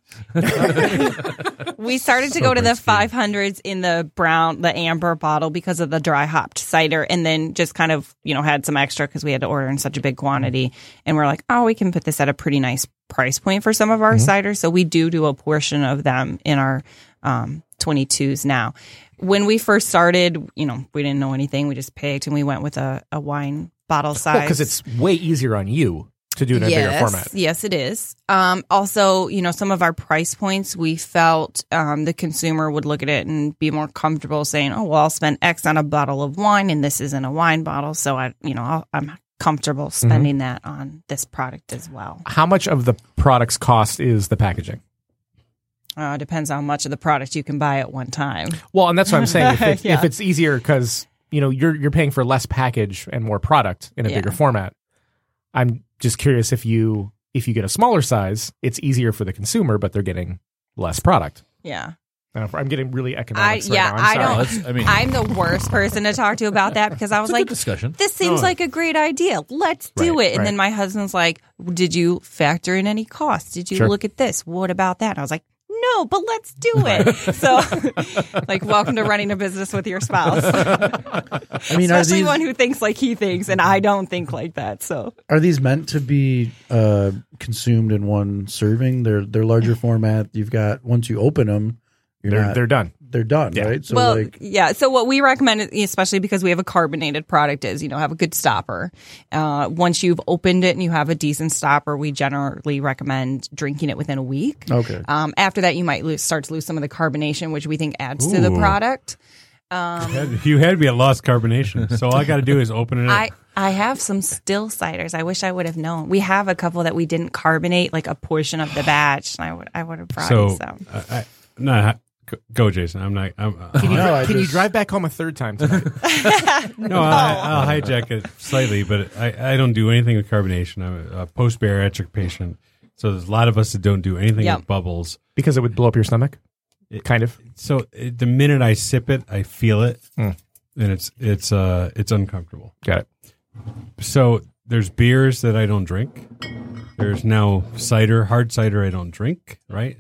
Speaker 5: we started to go to the 500s in the brown, the amber bottle because of the dry hopped cider, and then just kind of, you know, had some extra because we had to order in such a big quantity. And we're like, oh, we can put this at a pretty nice price point for some of our cider. So we do do a portion of them in our um, 22s now. When we first started, you know, we didn't know anything. We just picked and we went with a, a wine bottle size.
Speaker 4: Because it's way easier on you to do it in a bigger format.
Speaker 5: Yes, it is. Um, also, you know, some of our price points, we felt um, the consumer would look at it and be more comfortable saying, "Oh, well, I'll spend X on a bottle of wine, and this isn't a wine bottle, so I, you know, I'll, I'm comfortable
Speaker 4: Mm-hmm.
Speaker 5: spending that on this product as well."
Speaker 4: How much of the product's cost is the packaging?
Speaker 5: Uh, depends on how much of the product you can buy at one time.
Speaker 4: Well, and that's what I'm saying. If it's,
Speaker 5: Yeah.
Speaker 4: if it's easier because you know you're you're paying for less package and more product in a
Speaker 5: Yeah.
Speaker 4: bigger format, I'm just curious if you if you get a smaller size, it's easier for the consumer, but they're getting less product.
Speaker 5: Yeah.
Speaker 4: I don't know if- I'm getting really economic.
Speaker 5: I- yeah, I
Speaker 1: No,
Speaker 5: don't-
Speaker 1: that's, I mean,
Speaker 5: I'm the worst person to talk to about that because I was
Speaker 1: it's a
Speaker 5: like,
Speaker 1: good discussion.
Speaker 5: this seems like a great idea. Let's do
Speaker 4: Right,
Speaker 5: it. And then my husband's like, did you factor in any costs? Did you
Speaker 4: Sure.
Speaker 5: look at this? What about that? And I was like, no, but let's do it. so, like, welcome to running a business with your spouse,
Speaker 3: I mean, are
Speaker 5: especially
Speaker 3: these,
Speaker 5: one who thinks like he thinks, and I don't think like that. So,
Speaker 3: are these meant to be uh, consumed in one serving? They're they're larger format. You've got once you open them, you're
Speaker 4: They're
Speaker 3: not,
Speaker 4: they're
Speaker 3: they're
Speaker 4: done.
Speaker 3: done, right? So
Speaker 5: well,
Speaker 3: like
Speaker 5: yeah. So what we recommend, especially because we have a carbonated product, is you know have a good stopper. Uh, once you've opened it and you have a decent stopper, we generally recommend drinking it within a week.
Speaker 3: okay,
Speaker 5: Um, after that, you might lose, start to lose some of the carbonation, which we think adds to the
Speaker 2: Ooh.
Speaker 5: product.
Speaker 2: You had me at lost carbonation, so all I got to do is open it up.
Speaker 5: I I have some still ciders. I wish I would have known. We have a couple that we didn't carbonate, like a portion of the batch, and I would I would have brought you
Speaker 2: so,
Speaker 5: some.
Speaker 2: I, I, no, go- go, Jason. I'm not. I'm, uh,
Speaker 4: Can, you,
Speaker 3: No, I
Speaker 4: can you
Speaker 3: just-
Speaker 4: drive back home a third time? Tonight?
Speaker 2: No, I, I'll hijack it slightly, but I, I don't do anything with carbonation. I'm a, a post bariatric patient, so there's a lot of us that don't do anything
Speaker 5: Yep.
Speaker 2: with bubbles.
Speaker 4: because it would blow up your stomach. kind of.
Speaker 2: So it, the minute I sip it, I feel it, and it's it's uh it's uncomfortable.
Speaker 4: Got it.
Speaker 2: So there's beers that I don't drink. There's now cider, hard cider I don't drink, right?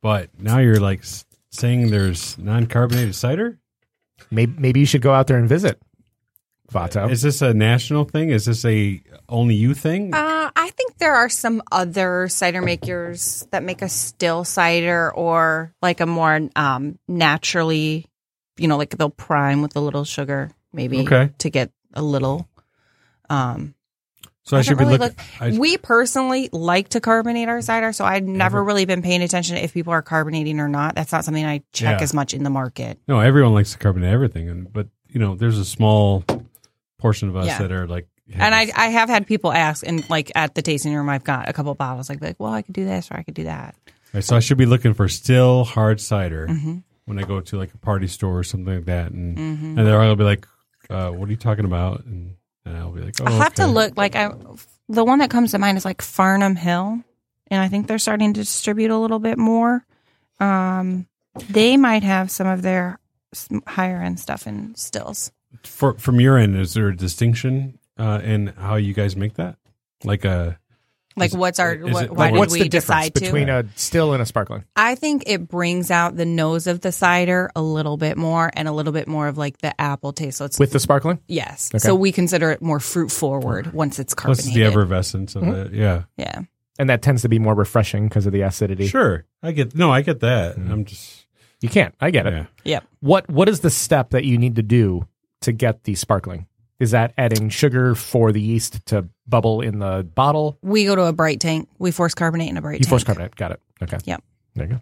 Speaker 2: But now you're like s- saying there's non-carbonated cider?
Speaker 4: Maybe, maybe you should go out there and visit Vato.
Speaker 2: Is this a national thing? Is this a only you thing?
Speaker 5: Uh, I think there are some other cider makers that make a still cider or like a more um, naturally, you know, like they'll prime with a little sugar maybe
Speaker 2: Okay.
Speaker 5: to get a little. Um,
Speaker 2: so I, should be
Speaker 5: haven't really
Speaker 2: looking I-
Speaker 5: we personally like to carbonate our cider, so I've never really been paying attention if people are carbonating or not. That's not something I check
Speaker 2: Yeah.
Speaker 5: as much in the market.
Speaker 2: No, everyone likes to carbonate everything, and but you know, there's a small portion of us
Speaker 5: Yeah.
Speaker 2: that are like.
Speaker 5: And I, I have had people ask, and like at the tasting room, I've got a couple bottles. Like, like, well, I could do this or I could do that.
Speaker 2: All right, so I should be looking for still hard cider
Speaker 5: Mhm.
Speaker 2: when I go to like a party store or something like that, and
Speaker 5: Mhm.
Speaker 2: and they're all gonna be like, uh, "What are you talking about?" And, and I'll be like, "Oh,
Speaker 5: I'll have to
Speaker 2: okay."
Speaker 5: look. Like I, the one that comes to mind is like Farnham Hill, and I think they're starting to distribute a little bit more. Um, they might have some of their s- higher end stuff in stills.
Speaker 2: For, from your end. Is there a distinction uh, in how you guys make that? Like a
Speaker 5: Like,
Speaker 2: Is-
Speaker 5: what's our?
Speaker 2: is
Speaker 5: What,
Speaker 2: it-
Speaker 5: why
Speaker 2: like,
Speaker 5: did
Speaker 4: what's
Speaker 5: we
Speaker 4: the difference
Speaker 5: decide to?
Speaker 4: between a still and a sparkling?
Speaker 5: I think it brings out the nose of the cider a little bit more and a little bit more of like the apple taste. So it's
Speaker 4: With the sparkling?
Speaker 5: yes.
Speaker 4: Okay.
Speaker 5: So we consider it more fruit forward once it's
Speaker 2: plus
Speaker 5: carbonated.
Speaker 2: the effervescence of it. Yeah,
Speaker 5: yeah.
Speaker 4: And that tends to be more refreshing because of the acidity.
Speaker 2: sure. I get no, I get that. I'm just
Speaker 4: You can't. I get it.
Speaker 2: yeah.
Speaker 4: What What is the step that you need to do to get the sparkling? Is that adding sugar for the yeast to bubble in the bottle?
Speaker 5: We go to a bright tank. We force carbonate in a bright
Speaker 4: You
Speaker 5: tank.
Speaker 4: force carbonate. Got it. Okay.
Speaker 5: Yep.
Speaker 4: There you go.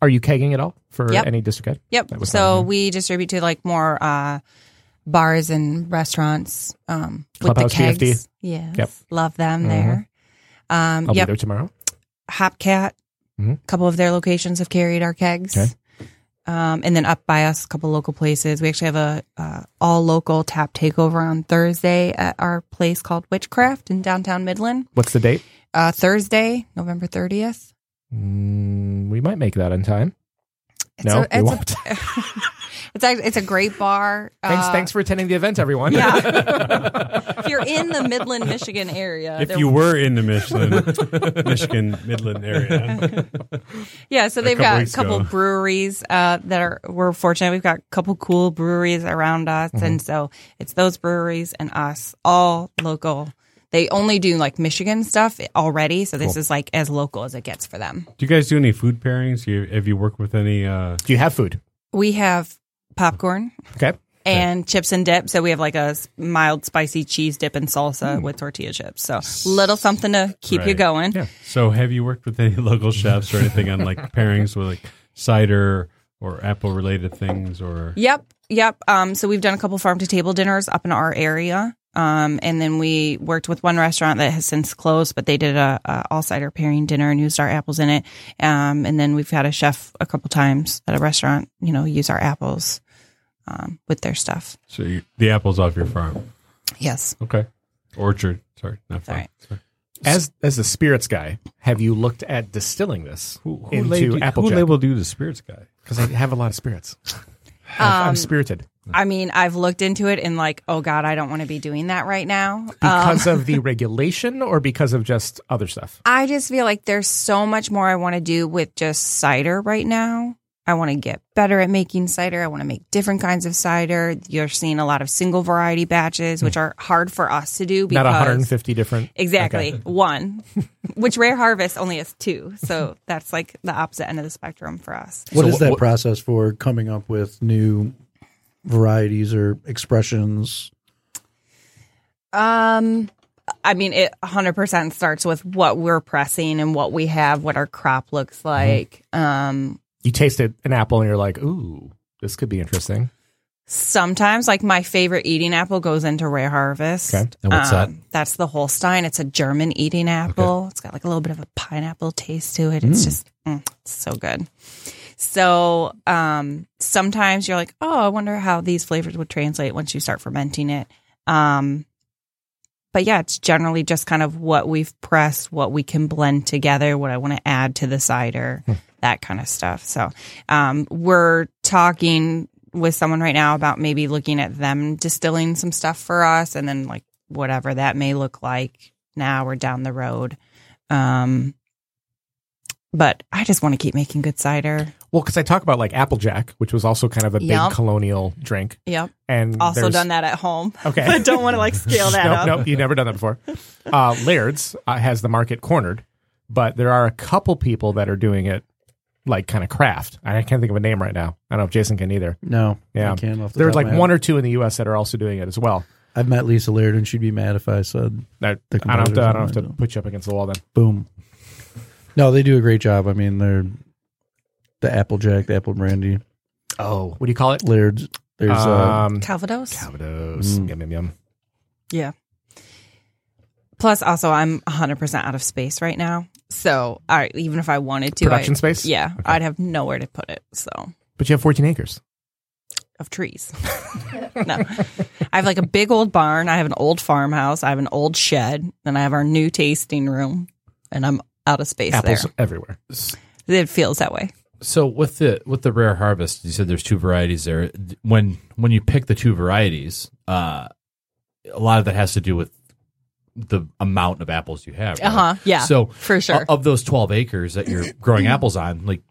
Speaker 4: Are you kegging at all for
Speaker 5: Yep.
Speaker 4: any district? That
Speaker 5: Yep.
Speaker 4: was
Speaker 5: So
Speaker 4: fine.
Speaker 5: we distribute to like more uh, bars and restaurants um, with the
Speaker 4: Clubhouse
Speaker 5: kegs.
Speaker 4: DFD.
Speaker 5: Yes.
Speaker 4: Yep. Mm-hmm.
Speaker 5: Love them there. Um,
Speaker 4: I'll
Speaker 5: yep.
Speaker 4: be there tomorrow.
Speaker 5: Hopcat.
Speaker 4: Mhm.
Speaker 5: A couple of their locations have carried our kegs.
Speaker 4: Okay.
Speaker 5: Um, and then up by us, a couple local places. We actually have a uh, all local tap takeover on Thursday at our place called Witchcraft in downtown Midland.
Speaker 4: What's the date?
Speaker 5: Uh, Thursday, November thirtieth.
Speaker 4: Mm, we might make that in time.
Speaker 5: It's
Speaker 4: No,
Speaker 5: a,
Speaker 4: we
Speaker 5: it's,
Speaker 4: won't.
Speaker 5: a, it's a it's a great bar.
Speaker 4: thanks,
Speaker 5: Uh,
Speaker 4: thanks for attending the event, everyone.
Speaker 5: Yeah. if you're in the Midland, Michigan area,
Speaker 2: If
Speaker 5: there-
Speaker 2: you were in the Michelin, Michigan Midland area,
Speaker 5: yeah, so they've
Speaker 2: couple
Speaker 5: got a
Speaker 2: weeks
Speaker 5: couple
Speaker 2: ago.
Speaker 5: breweries uh, that are we're fortunate. We've got a couple cool breweries around us,
Speaker 2: Mm-hmm.
Speaker 5: and so it's those breweries and us, all local. They only do like Michigan stuff already, so this is like as local as it gets for them.
Speaker 2: Do you guys do any food pairings? You, have you worked with any? Uh,
Speaker 4: Do you have food?
Speaker 5: We have popcorn
Speaker 4: Okay.
Speaker 5: and chips and dip, so we have like a s- mild spicy cheese dip and salsa with tortilla chips. So little something to keep you
Speaker 2: Right.
Speaker 5: going.
Speaker 2: so have you worked with any local chefs or anything on like pairings with like cider or apple related things or?
Speaker 5: Yep, yep. Um, so we've done a couple farm to table dinners up in our area, um, and then we worked with one restaurant that has since closed, but they did a, a all cider pairing dinner and used our apples in it. Um, and then we've had a chef a couple times at a restaurant, you know, use our apples um, with their stuff.
Speaker 2: So you, the apples off your farm,
Speaker 5: Yes.
Speaker 2: okay? Orchard, sorry, not farm.
Speaker 5: Sorry.
Speaker 2: Sorry.
Speaker 4: As as the spirits guy, have you looked at distilling this into
Speaker 2: labeled you,
Speaker 4: Applejack?
Speaker 2: Who labeled you the spirits guy?
Speaker 4: Because I have a lot of spirits. I'm,
Speaker 5: Um,
Speaker 4: spirited
Speaker 5: I mean, I've looked into it and like, oh God, I don't want to be doing that right now. Um,
Speaker 4: because of the regulation, or because of just other stuff.
Speaker 5: I just feel like there's so much more I want to do with just cider right now. I want to get better at making cider. I want to make different kinds of cider. You're seeing a lot of single variety batches, which are hard for us to do because
Speaker 4: Not 150 different.
Speaker 5: exactly
Speaker 4: Okay.
Speaker 5: one, which Rare Harvest only has two. So that's like the opposite end of the spectrum for us.
Speaker 3: What is
Speaker 4: what-
Speaker 3: that
Speaker 4: what-
Speaker 3: process for coming up with new varieties or expressions?
Speaker 5: Um, I mean, it 100% starts with what we're pressing and what we have, what our crop
Speaker 4: Mm-hmm.
Speaker 5: looks like. Um,
Speaker 4: You tasted an apple and you're like, ooh, this could be interesting.
Speaker 5: Sometimes, like my favorite eating apple goes into Rare Harvest. Um,
Speaker 4: Okay.
Speaker 6: And what's that?
Speaker 5: That's the Holstein. It's a German eating apple. It's got like a little bit of a pineapple taste to it. It's just mm, it's so good. So um, sometimes you're like, oh, I wonder how these flavors would translate once you start fermenting it. Um, but yeah, it's generally just kind of what we've pressed, what we can blend together, what I want to add to the cider,
Speaker 6: Hmm.
Speaker 5: that kind of stuff. So um, we're talking with someone right now about maybe looking at them distilling some stuff for us and then like whatever that may look like now or down the road. Um, but I just want to keep making good cider.
Speaker 4: Well, because I talk about like Applejack, which was also kind of a
Speaker 5: Yep.
Speaker 4: big colonial drink,
Speaker 5: Yep.
Speaker 4: and
Speaker 5: Also
Speaker 4: there's-
Speaker 5: done that at home.
Speaker 4: Okay,
Speaker 5: But don't want to like scale that
Speaker 4: nope,
Speaker 5: up.
Speaker 4: Nope, you've never done that before. Uh, Laird's uh, has the market cornered, but there are a couple people that are doing it like kind of craft. I can't think of a name right now. I don't know if Jason can either.
Speaker 3: No,
Speaker 4: Yeah.
Speaker 3: I can't. Off the
Speaker 4: There's
Speaker 3: top of
Speaker 4: like
Speaker 3: my head.
Speaker 4: one or two in the U.S. that are also doing it as well.
Speaker 3: I've met Lisa Laird, and she'd be mad if I said
Speaker 4: That-
Speaker 3: The
Speaker 4: I don't have to. I don't have to
Speaker 3: competitors.
Speaker 4: put you up against the wall then.
Speaker 3: boom. No, they do a great job. I mean, they're the Applejack, the Apple Brandy,
Speaker 4: Oh, what do you call it?
Speaker 3: Laird's. There's uh,
Speaker 4: um,
Speaker 5: Calvados.
Speaker 4: Calvados.
Speaker 3: Mm.
Speaker 4: Yum yum yum.
Speaker 5: Yeah. Plus, also, I'm 100% out of space right now. So, I, even if I wanted to,
Speaker 4: Production
Speaker 5: I-
Speaker 4: space?
Speaker 5: Yeah. I'd have nowhere to put it. So,
Speaker 4: But you have 14 acres.
Speaker 5: of trees. no. I have like a big old barn. I have an old farmhouse. I have an old shed. Then I have our new tasting room. And I'm out of space
Speaker 4: Apples
Speaker 5: there.
Speaker 4: everywhere.
Speaker 5: It feels that way.
Speaker 1: So with the with the rare harvest, you said there's two varieties there. When when you pick the two varieties, uh, a lot of that has to do with the amount of apples you have. right?
Speaker 5: Uh-huh, yeah,
Speaker 1: So uh,
Speaker 5: for sure.
Speaker 1: o- of those twelve acres that you're growing apples on, like,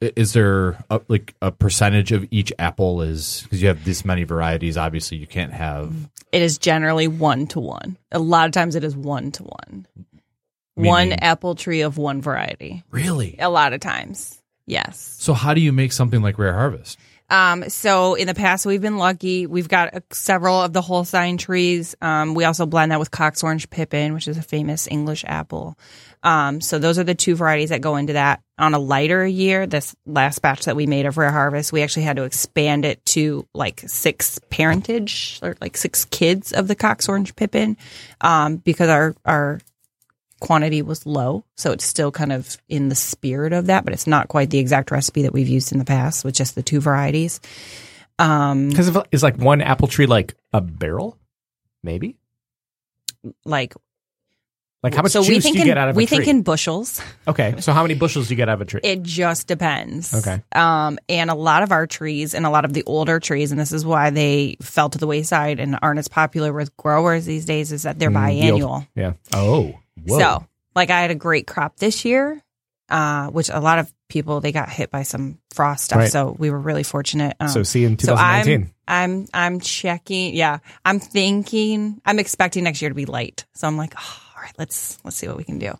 Speaker 1: i- is there a, like a percentage of each apple is because you have this many varieties? Obviously, you can't have
Speaker 5: It is generally one to one. A lot of times it is one to one. One
Speaker 1: Meaning-
Speaker 5: apple tree of one variety.
Speaker 1: really.
Speaker 5: A lot of times. Yes.
Speaker 1: So how do you make something like rare harvest?
Speaker 5: Um, so in the past, we've been lucky. We've got uh, several of the Holstein trees. Um, we also blend that with Cox Orange Pippin, which is a famous English apple. Um, so those are the two varieties that go into that. On a lighter year, this last batch that we made of Rare Harvest, we actually had to expand it to like six parentage or like six kids of the Cox Orange Pippin, um, because our our quantity was low. So it's still kind of in the spirit of that, but it's not quite the exact recipe that we've used in the past with just the two varieties. Um,
Speaker 4: Because it's like one apple tree, like a barrel, maybe.
Speaker 5: like,
Speaker 4: Like how much
Speaker 5: so
Speaker 4: juice
Speaker 5: we think
Speaker 4: do you
Speaker 5: in,
Speaker 4: get out of
Speaker 5: we
Speaker 4: a tree?
Speaker 5: think in bushels.
Speaker 4: okay, so how many bushels do you get out of a tree?
Speaker 5: It just depends.
Speaker 4: Okay.
Speaker 5: Um, and a lot of our trees and a lot of the older trees, and this is why they fell to the wayside and aren't as popular with growers these days, is that they're
Speaker 4: Mm, yield.
Speaker 5: biannual.
Speaker 4: yeah.
Speaker 1: Oh, whoa.
Speaker 5: So, like, I had a great crop this year, uh, which a lot of people they got hit by some frost stuff.
Speaker 4: Right.
Speaker 5: So we were really fortunate. Um,
Speaker 4: so see you in
Speaker 5: so I'm-
Speaker 4: 2019.
Speaker 5: I'm I'm checking. Yeah, I'm thinking. I'm expecting next year to be light. So I'm like, oh, all right, let's let's see what we can do.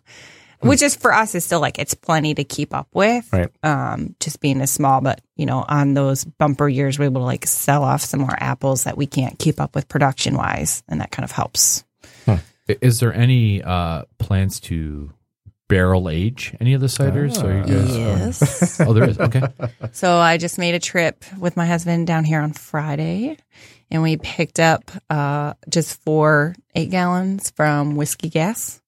Speaker 5: Which is for us is still like it's plenty to keep up with.
Speaker 4: Right.
Speaker 5: Um, just being as small, but you know, on those bumper years, we're able to like sell off some more apples that we can't keep up with production wise, and that kind of helps.
Speaker 1: I- Is there any uh, plans to barrel age any of the ciders? so you
Speaker 4: Ah.
Speaker 1: guys,
Speaker 5: Yes.
Speaker 1: Oh, there is. Okay.
Speaker 5: So I just made a trip with my husband down here on Friday, and we picked up uh, just four eight gallons from Whiskey Gas,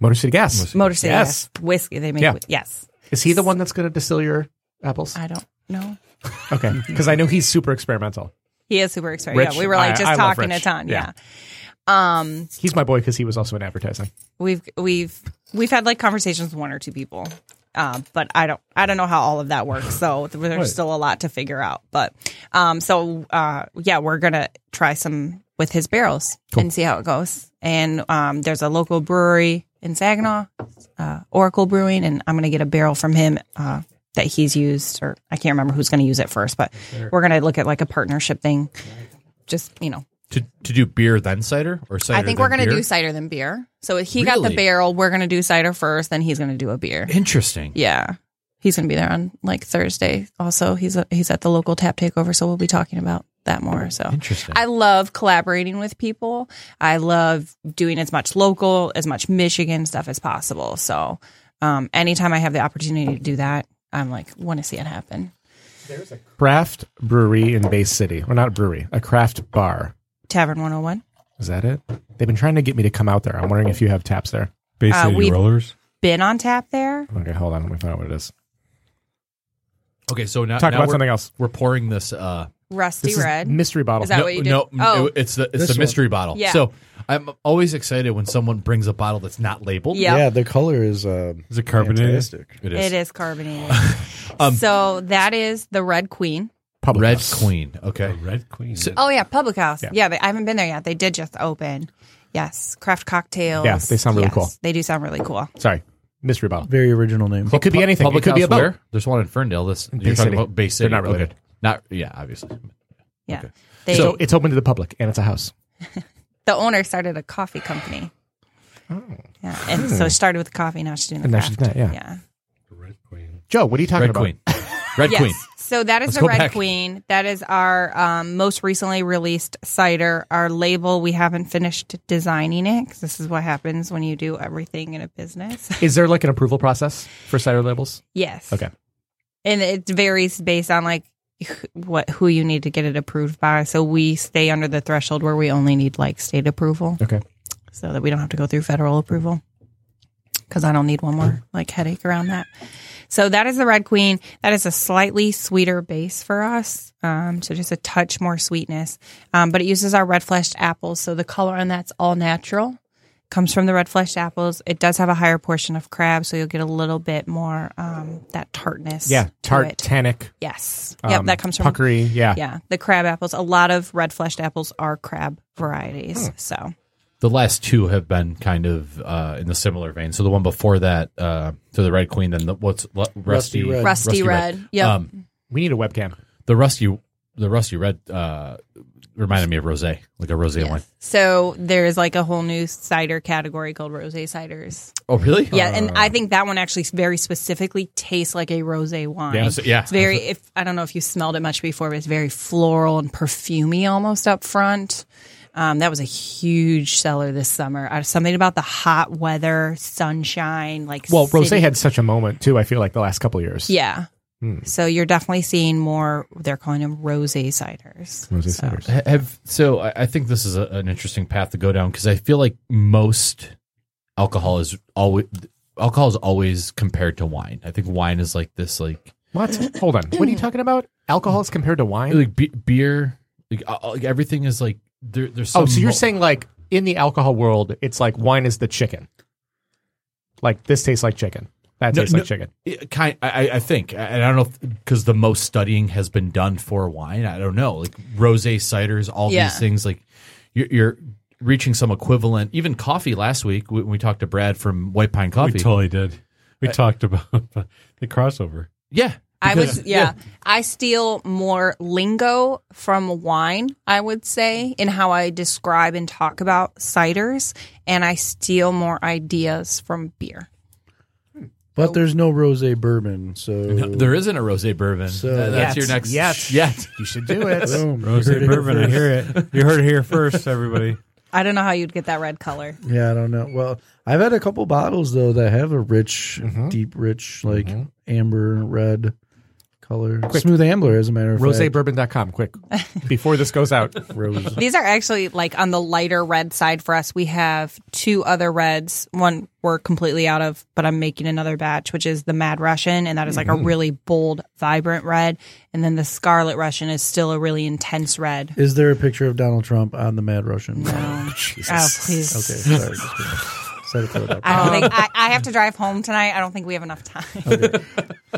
Speaker 4: Motor City Gas.
Speaker 5: Motor City
Speaker 4: Yes.
Speaker 5: Gas whiskey. They make
Speaker 4: Yeah.
Speaker 5: whi- yes.
Speaker 4: Is he the one that's going to distill your apples?
Speaker 5: I don't know.
Speaker 4: Okay, because I know he's super experimental.
Speaker 5: He is super excited.
Speaker 4: Rich,
Speaker 5: yeah, we were like
Speaker 4: I-
Speaker 5: just
Speaker 4: I love
Speaker 5: talking a
Speaker 4: Rich.
Speaker 5: ton.
Speaker 4: Yeah.
Speaker 5: Yeah. Um,
Speaker 4: He's my boy because he was also in advertising.
Speaker 5: we've we've we've had like conversations with one or two people, uh, but I don't I don't know how all of that works. So there's still a lot to figure out. But um, so uh, yeah, we're gonna try some with his barrels and see how it goes. And um, there's a local brewery in Saginaw, uh, Oracle Brewing, and I'm gonna get a barrel from him. Uh, that he's used, or I can't remember who's going to use it first, but we're going to look at like a partnership thing. Just, you know,
Speaker 1: to, to do beer then cider or cider?
Speaker 5: I think we're
Speaker 1: then
Speaker 5: going to
Speaker 1: beer?
Speaker 5: do cider than beer. So he got
Speaker 1: Really?
Speaker 5: the barrel. We're going to do cider first, then he's going to do a beer.
Speaker 1: Interesting.
Speaker 5: Yeah. He's going to be there on like Thursday. Also, he's a, he's at the local tap takeover, so we'll be talking about that more. So
Speaker 1: Interesting.
Speaker 5: I love collaborating with people. I love doing as much local, as much Michigan stuff as possible. So um, anytime I have the opportunity to do that, I'm like want to see it happen.
Speaker 4: Craft brewery in Bay City. Well, not a brewery, a craft bar.
Speaker 5: Tavern 101.
Speaker 4: Is that it? They've been trying to get me to come out there. I'm wondering if you have taps there.
Speaker 2: Bay
Speaker 5: Uh,
Speaker 2: City
Speaker 5: we-
Speaker 2: Rollers.
Speaker 5: Been on tap there.
Speaker 4: Okay, hold on. Let me find out what it is.
Speaker 1: okay, so now,
Speaker 4: Talk
Speaker 1: now
Speaker 4: about
Speaker 1: we're,
Speaker 4: something else.
Speaker 1: We're pouring this. Uh,
Speaker 5: Rusty
Speaker 4: This is
Speaker 5: Red.
Speaker 4: mystery bottle.
Speaker 5: Is that
Speaker 1: no,
Speaker 5: what you did?
Speaker 1: no,
Speaker 5: Oh.
Speaker 1: no, it's the it's
Speaker 3: This
Speaker 1: the mystery bottle.
Speaker 5: Yeah.
Speaker 1: So I'm always excited when someone brings a bottle that's not labeled.
Speaker 5: Yeah.
Speaker 3: yeah, the color is uh,
Speaker 2: Is it carbonated?
Speaker 3: fantastic.
Speaker 1: it is.
Speaker 4: Um,
Speaker 5: It is carbonated. so that is the Red Queen.
Speaker 4: Public
Speaker 1: Red
Speaker 4: House.
Speaker 1: Queen. Okay.
Speaker 2: Red Queen.
Speaker 5: Oh yeah, Public House.
Speaker 4: Yeah.
Speaker 5: Yeah, they, I haven't been there yet. They did just open. Yes, craft cocktails.
Speaker 4: Yeah, they sound really
Speaker 5: Yes,
Speaker 4: cool.
Speaker 5: They do sound really cool.
Speaker 4: Sorry, mystery bottle.
Speaker 3: Very original name.
Speaker 4: It could be anything.
Speaker 1: Public
Speaker 4: it could
Speaker 1: House
Speaker 4: be a boat.
Speaker 1: where? There's one in Ferndale. This you're
Speaker 4: Bay
Speaker 1: talking
Speaker 4: City.
Speaker 1: about Bay City.
Speaker 4: not
Speaker 1: Okay.
Speaker 4: related.
Speaker 1: Not yeah, obviously.
Speaker 5: Yeah.
Speaker 1: Okay.
Speaker 5: They,
Speaker 4: So it's open to the public, and it's a house.
Speaker 5: the owner started a coffee company. Yeah, and so she started with the coffee. Now she's doing the
Speaker 4: Oh. And now
Speaker 5: craft.
Speaker 4: she's doing it, yeah.
Speaker 2: Red Queen.
Speaker 4: Joe, what are you talking
Speaker 1: Red
Speaker 4: about?
Speaker 1: Queen. Red
Speaker 5: Yes.
Speaker 1: Queen.
Speaker 5: So that is
Speaker 1: Let's
Speaker 5: the
Speaker 1: go
Speaker 5: Red
Speaker 1: back.
Speaker 5: Queen. That is our um, most recently released cider. Our label. We haven't finished designing it 'cause this is what happens when you do everything in a business.
Speaker 4: Is there like an approval process for cider labels?
Speaker 5: Yes.
Speaker 4: Okay.
Speaker 5: And it varies based on like wh- what who you need to get it approved by. So we stay under the threshold where we only need like state approval.
Speaker 4: Okay.
Speaker 5: So that we don't have to go through federal approval. Cuz I don't need one more like headache around that. So that is the Red Queen. That is a slightly sweeter base for us. Um, so just a touch more sweetness. Um, but it uses our red fleshed apples. So the color on that's all natural. Comes from the red fleshed apples. It does have a higher portion of crab, so you'll get a little bit more um, that tartness.
Speaker 4: Yeah,
Speaker 5: to
Speaker 4: tart,
Speaker 5: it.
Speaker 4: tannic.
Speaker 5: Yes.
Speaker 4: um,
Speaker 5: yep. That comes from
Speaker 4: puckery. Yeah.
Speaker 5: yeah the crab apples. A lot of red fleshed apples are crab varieties. So
Speaker 1: The last two have been kind of uh, in the similar vein. So the one before that, uh, to the Red Queen, then the, what's le- rusty,
Speaker 3: Rusty Red.
Speaker 5: rusty, red. Yep.
Speaker 1: Um,
Speaker 4: We need a webcam.
Speaker 1: the rusty, the rusty red uh, reminded me of rosé, like a rosé
Speaker 5: Yes.
Speaker 1: wine.
Speaker 5: So there's like a whole new cider category called rosé ciders.
Speaker 1: Oh, really?
Speaker 5: Yeah, and I think that one actually very specifically tastes like a rosé wine.
Speaker 1: Yeah, so- yeah.
Speaker 5: It's very if I don't know if you smelled it much before, but it's very floral and perfumey almost up front. Um, that was a huge seller this summer. Uh, something about the hot weather, sunshine, like
Speaker 4: Well,
Speaker 5: city-
Speaker 4: Rosé had such a moment too. I feel like the last couple years.
Speaker 5: yeah. So you're definitely seeing more. They're calling them rosé ciders.
Speaker 4: Rosé ciders.
Speaker 1: Ha- Have so I, I think this is a, an interesting path to go down because I feel like most alcohol is always alcohol is always compared to wine. I think wine is like this, like
Speaker 4: What? Hold on. What are you talking about? Alcohol is compared to wine.
Speaker 1: like be- beer, like, uh, uh, like everything is like there, there's. Some
Speaker 4: Oh, so you're
Speaker 1: mo-
Speaker 4: saying like in the alcohol world, it's like wine is the chicken. Like this tastes like chicken. That
Speaker 1: No,
Speaker 4: tastes
Speaker 1: no.
Speaker 4: like chicken.
Speaker 1: It eh, kind, I, I- I think, and I don't know because the most studying has been done for wine. I don't know, like rosé, ciders, all
Speaker 5: Yeah.
Speaker 1: these things. Like you're, you're reaching some equivalent. Even coffee last week when we talked to Brad from White Pine
Speaker 2: We
Speaker 1: Coffee.
Speaker 2: totally did. We talked about the crossover.
Speaker 1: yeah,
Speaker 5: I
Speaker 1: because-
Speaker 5: was yeah. I steal more lingo from wine, I would say, in how I describe and talk about ciders, and I steal more ideas from beer.
Speaker 3: But there's no rosé bourbon, so
Speaker 1: There isn't a rosé bourbon.
Speaker 3: So-
Speaker 1: Th- that's
Speaker 4: Yet.
Speaker 1: your next.
Speaker 4: Yet.
Speaker 1: Yet.
Speaker 4: You should do it.
Speaker 3: Boom, you heard
Speaker 2: Rosé
Speaker 3: it
Speaker 2: bourbon. I
Speaker 3: first.
Speaker 2: hear it. You heard it here first, everybody.
Speaker 5: I don't know how you'd get that red color.
Speaker 3: Yeah, I don't know. Well, I've had a couple bottles though that have a rich,
Speaker 4: Mm-hmm.
Speaker 3: deep, rich like amber red color, smooth amber. As a matter of fact,
Speaker 4: Rosébourbon.com, quick. Before this goes out.
Speaker 3: rose.
Speaker 5: These are actually like on the lighter red side for us. We have two other reds. One we're completely out of, but I'm making another batch, which is the Mad Russian, and that is like a really bold, vibrant red. And then the Scarlet Russian is still a really intense red.
Speaker 3: Is there a picture of Donald Trump on the Mad Russian?
Speaker 5: Oh, oh please.
Speaker 3: Okay, sorry. just kidding. Set it for that.
Speaker 5: I don't
Speaker 4: Um,
Speaker 5: think I, I have to drive home tonight. I don't think we have enough time.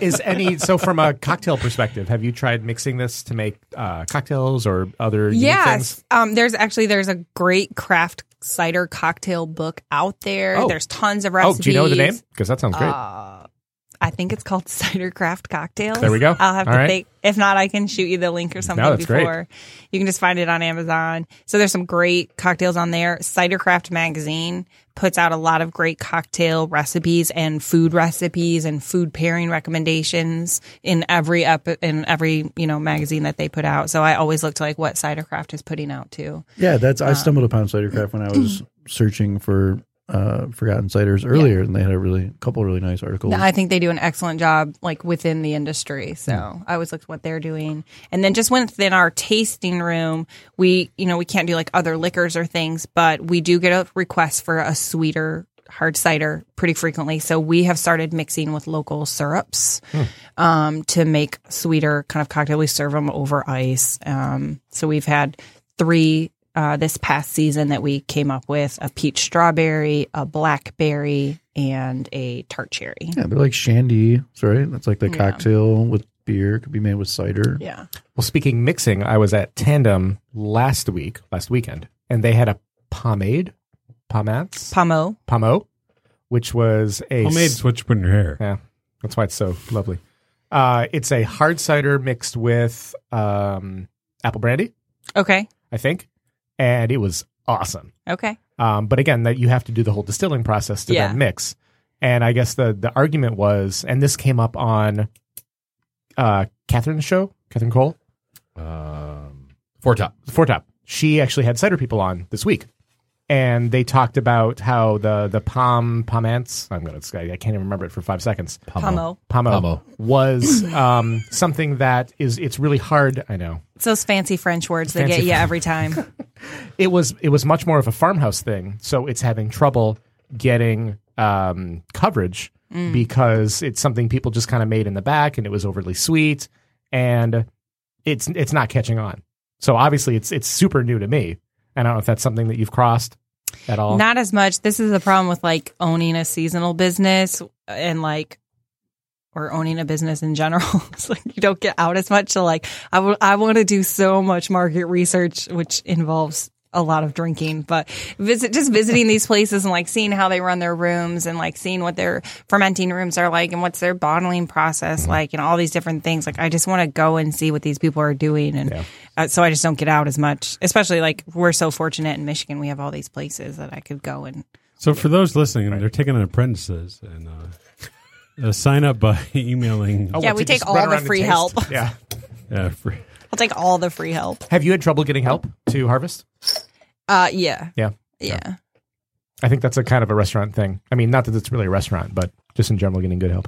Speaker 4: Is any so from a cocktail perspective, have you tried mixing this to make uh, cocktails or other unique
Speaker 5: yes,
Speaker 4: things?
Speaker 5: um, there's actually there's a great craft cider cocktail book out there.
Speaker 4: Oh.
Speaker 5: There's tons of
Speaker 4: Oh,
Speaker 5: recipes.
Speaker 4: do you know the name? Because that sounds great.
Speaker 5: I think it's called Cider Craft Cocktails.
Speaker 4: There we go.
Speaker 5: I'll have
Speaker 4: All
Speaker 5: to
Speaker 4: right.
Speaker 5: think. If not, I can shoot you the link or something
Speaker 4: that's great.
Speaker 5: before. You can just find it on Amazon. So there's some great cocktails on there. Cider Craft magazine puts out a lot of great cocktail recipes and food recipes and food pairing recommendations in every up in every, you know, magazine that they put out. So I always look to like what Cider Craft is putting out too.
Speaker 3: Yeah, that's.
Speaker 5: Uh,
Speaker 3: I stumbled upon Cidercraft when I was searching for uh, forgotten ciders earlier, and they had a really couple really nice articles.
Speaker 5: I think they do an excellent job, like within the industry. So I always look at what they're doing, and then just within our tasting room, we you know we can't do like other liquors or things, but we do get a request for a sweeter hard cider pretty frequently. So we have started mixing with local syrups um, to make sweeter kind of cocktail. We serve them over ice. Um, so we've had three uh, this past season that we came up with a peach strawberry, a blackberry, and a tart cherry.
Speaker 3: Yeah, they're like shandy, right? That's like the cocktail with beer. It could be made with cider.
Speaker 5: Yeah.
Speaker 4: Well, speaking mixing, I was at Tandem last week, last weekend, and they had a pomade, pomats,
Speaker 5: Pomo.
Speaker 4: pomo, which was a
Speaker 2: Pomade's what you put in your hair.
Speaker 4: Yeah, that's why it's so lovely. Uh, it's a hard cider mixed with um, apple brandy,
Speaker 5: Okay.
Speaker 4: I think, and it was awesome.
Speaker 5: Okay.
Speaker 4: Um, but again, that you have to do the whole distilling process to
Speaker 5: Yeah.
Speaker 4: then mix. And I guess the the argument was, and this came up on uh, Catherine's show, Catherine Cole,
Speaker 1: Um, four top.
Speaker 4: Four Top. She actually had cider people on this week, and they talked about how the the pom pomance. I'm gonna I can't even remember it for five seconds.
Speaker 5: Pomo.
Speaker 4: Pomo,
Speaker 1: Pomo.
Speaker 4: was um, something that is it's really hard. I know
Speaker 5: It's those fancy French words they
Speaker 4: Fancy
Speaker 5: get you every time.
Speaker 4: it was it was much more of a farmhouse thing, so it's having trouble getting um, coverage
Speaker 5: Mm.
Speaker 4: because it's something people just kind of made in the back, and it was overly sweet, and it's it's not catching on. So obviously, it's it's super new to me, and I don't know if that's something that you've crossed at all.
Speaker 5: Not as much. This is the problem with like owning a seasonal business and like or owning a business in general. it's like you don't get out as much. So like I want to do so much market research, which involves a lot of drinking, but visit just visiting these places and like seeing how they run their rooms and like seeing what their fermenting rooms are like and what's their bottling process like and all these different things. Like I just want to go and see what these people are doing, and uh, so I just don't get out as much. Especially like we're so fortunate in Michigan, we have all these places that I could go and
Speaker 2: So for those listening, they're taking an apprentices and uh, uh, sign up by emailing
Speaker 4: Oh,
Speaker 5: Yeah,
Speaker 4: what,
Speaker 5: we
Speaker 4: to
Speaker 5: take
Speaker 4: just
Speaker 5: all
Speaker 4: run
Speaker 5: the
Speaker 4: around and
Speaker 5: free
Speaker 4: taste?
Speaker 5: help.
Speaker 4: Yeah.
Speaker 2: uh, free.
Speaker 5: I'll take all the free help.
Speaker 4: Have you had trouble getting help to harvest?
Speaker 5: Uh, yeah,
Speaker 4: Yeah.
Speaker 5: yeah.
Speaker 4: I think that's a kind of a restaurant thing. I mean, not that it's really a restaurant, but just in general, getting good help.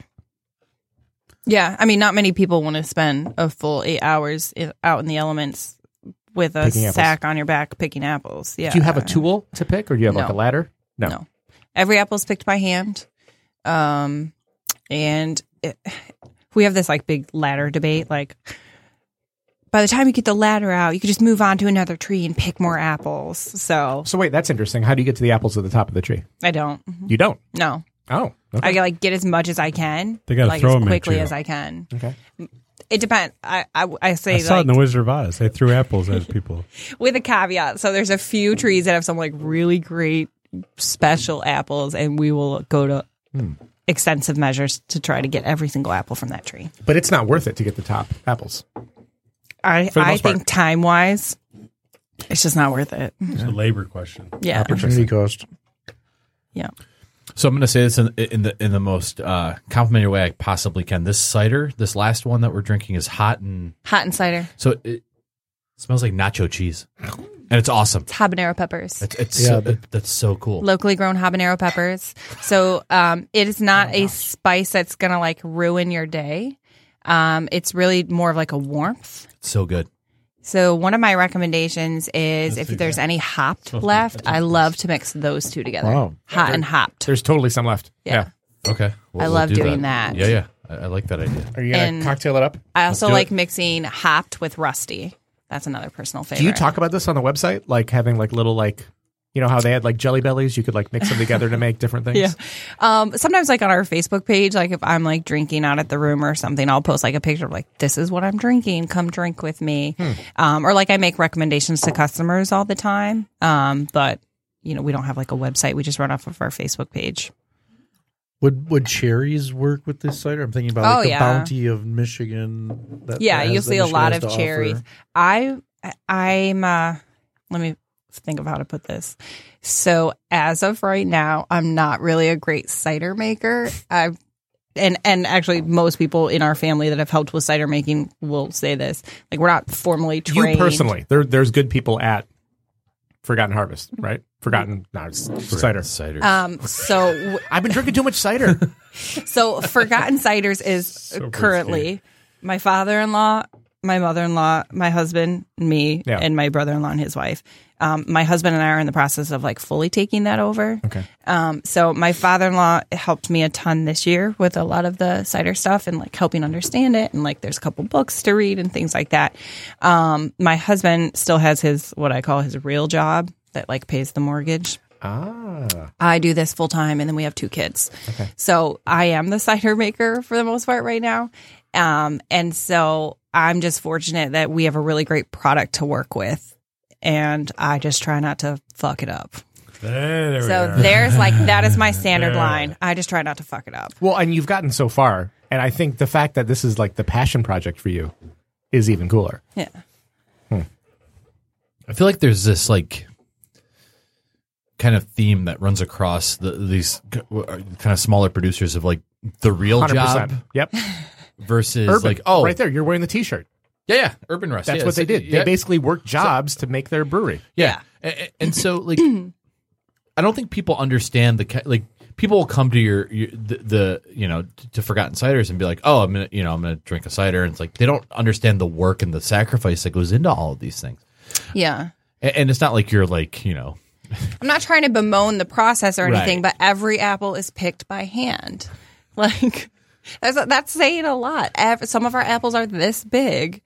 Speaker 5: Yeah, I mean, not many people want to spend a full eight hours i- out in the elements with a
Speaker 4: Picking apples.
Speaker 5: sack on your back picking apples. Yeah.
Speaker 4: Do you have a tool to pick, or do you have like
Speaker 5: No.
Speaker 4: a ladder? No.
Speaker 5: No. Every apple's picked by hand, um, and it, we have this like big ladder debate. Like, by the time you get the ladder out, you could just move on to another tree and pick more apples. So
Speaker 4: So wait, that's interesting. How do you get to the apples at the top of the tree?
Speaker 5: I don't.
Speaker 4: You don't.
Speaker 5: No,
Speaker 4: Oh, okay.
Speaker 5: I like get as much as I can.
Speaker 2: They gotta
Speaker 5: like
Speaker 2: throw
Speaker 5: as
Speaker 2: 'em at
Speaker 5: quickly
Speaker 2: you.
Speaker 5: as I can.
Speaker 4: okay.
Speaker 5: It depends. I I, I say
Speaker 2: I saw it
Speaker 5: like
Speaker 2: in the Wizard of Oz. They threw apples at people.
Speaker 5: with a caveat. So there's a few trees that have some like really great special apples, and we will go to
Speaker 4: Hmm.
Speaker 5: extensive measures to try to get every single apple from that tree.
Speaker 4: But it's not worth it to get the top apples.
Speaker 5: I
Speaker 4: For the
Speaker 5: I
Speaker 4: most part.
Speaker 5: think time wise, it's just not worth it.
Speaker 2: It's a labor question. Eh,
Speaker 5: Yeah,
Speaker 3: Opportunity cost.
Speaker 5: yeah.
Speaker 1: So I'm going to say this in, in the in the most uh, complimentary way I possibly can. This cider, this last one that we're drinking, is hot and
Speaker 5: Hot and cider,
Speaker 1: so it smells like nacho cheese, and it's awesome.
Speaker 5: it's habanero peppers.
Speaker 1: It's, it's
Speaker 3: Yeah,
Speaker 1: so,
Speaker 3: the-
Speaker 1: that- that's so cool.
Speaker 5: locally grown habanero peppers. So um, it is not a spice that's gonna like ruin your day. Um, it's really more of like a warmth.
Speaker 1: It's so good.
Speaker 5: So one of my recommendations is if there's any hopped left, I love to mix those two together.
Speaker 3: Wow.
Speaker 5: Hot and hopped.
Speaker 4: There's totally some left.
Speaker 5: Yeah.
Speaker 1: Okay, We'll-
Speaker 5: I
Speaker 1: we'll
Speaker 5: love
Speaker 1: do
Speaker 5: doing that.
Speaker 1: Yeah, yeah, I, I like that idea.
Speaker 4: Are you gonna
Speaker 5: And-
Speaker 4: cocktail it up?
Speaker 5: I also
Speaker 1: do
Speaker 5: like mixing hopped with rusty. That's another personal favorite.
Speaker 4: Do you talk about this on the website? Like having like little like you know how they had like jelly bellies, you could like mix them together to make different things.
Speaker 5: Yeah. Um, sometimes like on our Facebook page, like if I'm like drinking out at the room or something, I'll post like a picture of like, this is what I'm drinking. Come drink with me.
Speaker 4: Hmm.
Speaker 5: Um, or like I make recommendations to customers all the time. Um, but you know, we don't have like a website. We just run off of our Facebook page.
Speaker 3: Would would cherries work with this cider? I'm thinking about like
Speaker 5: Oh,
Speaker 3: the
Speaker 5: yeah.
Speaker 3: bounty of Michigan. That
Speaker 5: yeah
Speaker 3: has-
Speaker 5: you'll
Speaker 3: that
Speaker 5: see a
Speaker 3: Michigan
Speaker 5: lot
Speaker 3: has
Speaker 5: of
Speaker 3: to
Speaker 5: cherries
Speaker 3: offer.
Speaker 5: i i'm uh let me think of how to put this so as of right now i'm not really a great cider maker i and and actually most people in our family that have helped with cider making will say this like we're not formally
Speaker 4: You
Speaker 5: trained
Speaker 4: personally, there there's good people at Forgotten Harvest,
Speaker 5: Mm-hmm.
Speaker 4: right? Forgotten, no, it's cider.
Speaker 1: Cider.
Speaker 5: um so w-
Speaker 4: I've been drinking too much cider.
Speaker 5: So Forgotten Ciders is currently my father in law, my mother in law, my husband, me,
Speaker 4: Yeah.
Speaker 5: and my brother in law and his wife. Um, my husband and I are in the process of like fully taking that over.
Speaker 4: Okay.
Speaker 5: Um, so my father in law helped me a ton this year with a lot of the cider stuff and like helping understand it. And like there's a couple books to read and things like that. Um, my husband still has his, what I call his real job that like pays the mortgage.
Speaker 4: ah,
Speaker 5: I do this full time, and then we have two kids. So I am the cider maker for the most part right now. Um, and so I'm just fortunate that we have a really great product to work with. And I just try not to fuck it up.
Speaker 2: There we
Speaker 5: so
Speaker 2: are.
Speaker 5: there's like, that is my standard
Speaker 2: Yeah.
Speaker 5: line. I just try not to fuck it up.
Speaker 4: Well, and you've gotten so far, and I think the fact that this is like the passion project for you is even cooler.
Speaker 5: Yeah.
Speaker 6: I feel like there's this like kind of theme that runs across the, these k- w- uh, kind of smaller producers of like the real
Speaker 4: 100%.
Speaker 6: job
Speaker 4: Yep.
Speaker 6: versus
Speaker 4: Urban.
Speaker 6: like oh
Speaker 4: right there. You're wearing the T-shirt.
Speaker 6: yeah yeah urban rust
Speaker 4: That's
Speaker 6: yeah,
Speaker 4: what they
Speaker 6: it's-
Speaker 4: did.
Speaker 6: yeah,
Speaker 4: They basically worked jobs to make their brewery.
Speaker 6: yeah. A- a- and so like I don't think people understand the ki- like people will come to your, your the, the you know t- to forgotten ciders and be like oh I'm gonna you know I'm gonna drink a cider and it's like they don't understand the work and the sacrifice that goes into all of these things
Speaker 5: Yeah.
Speaker 6: and, and it's not like you're like you know
Speaker 5: I'm not trying to bemoan the process or anything,
Speaker 6: Right.
Speaker 5: but every apple is picked by hand. Like that's that's saying a lot. Ev- Some of our apples are this big,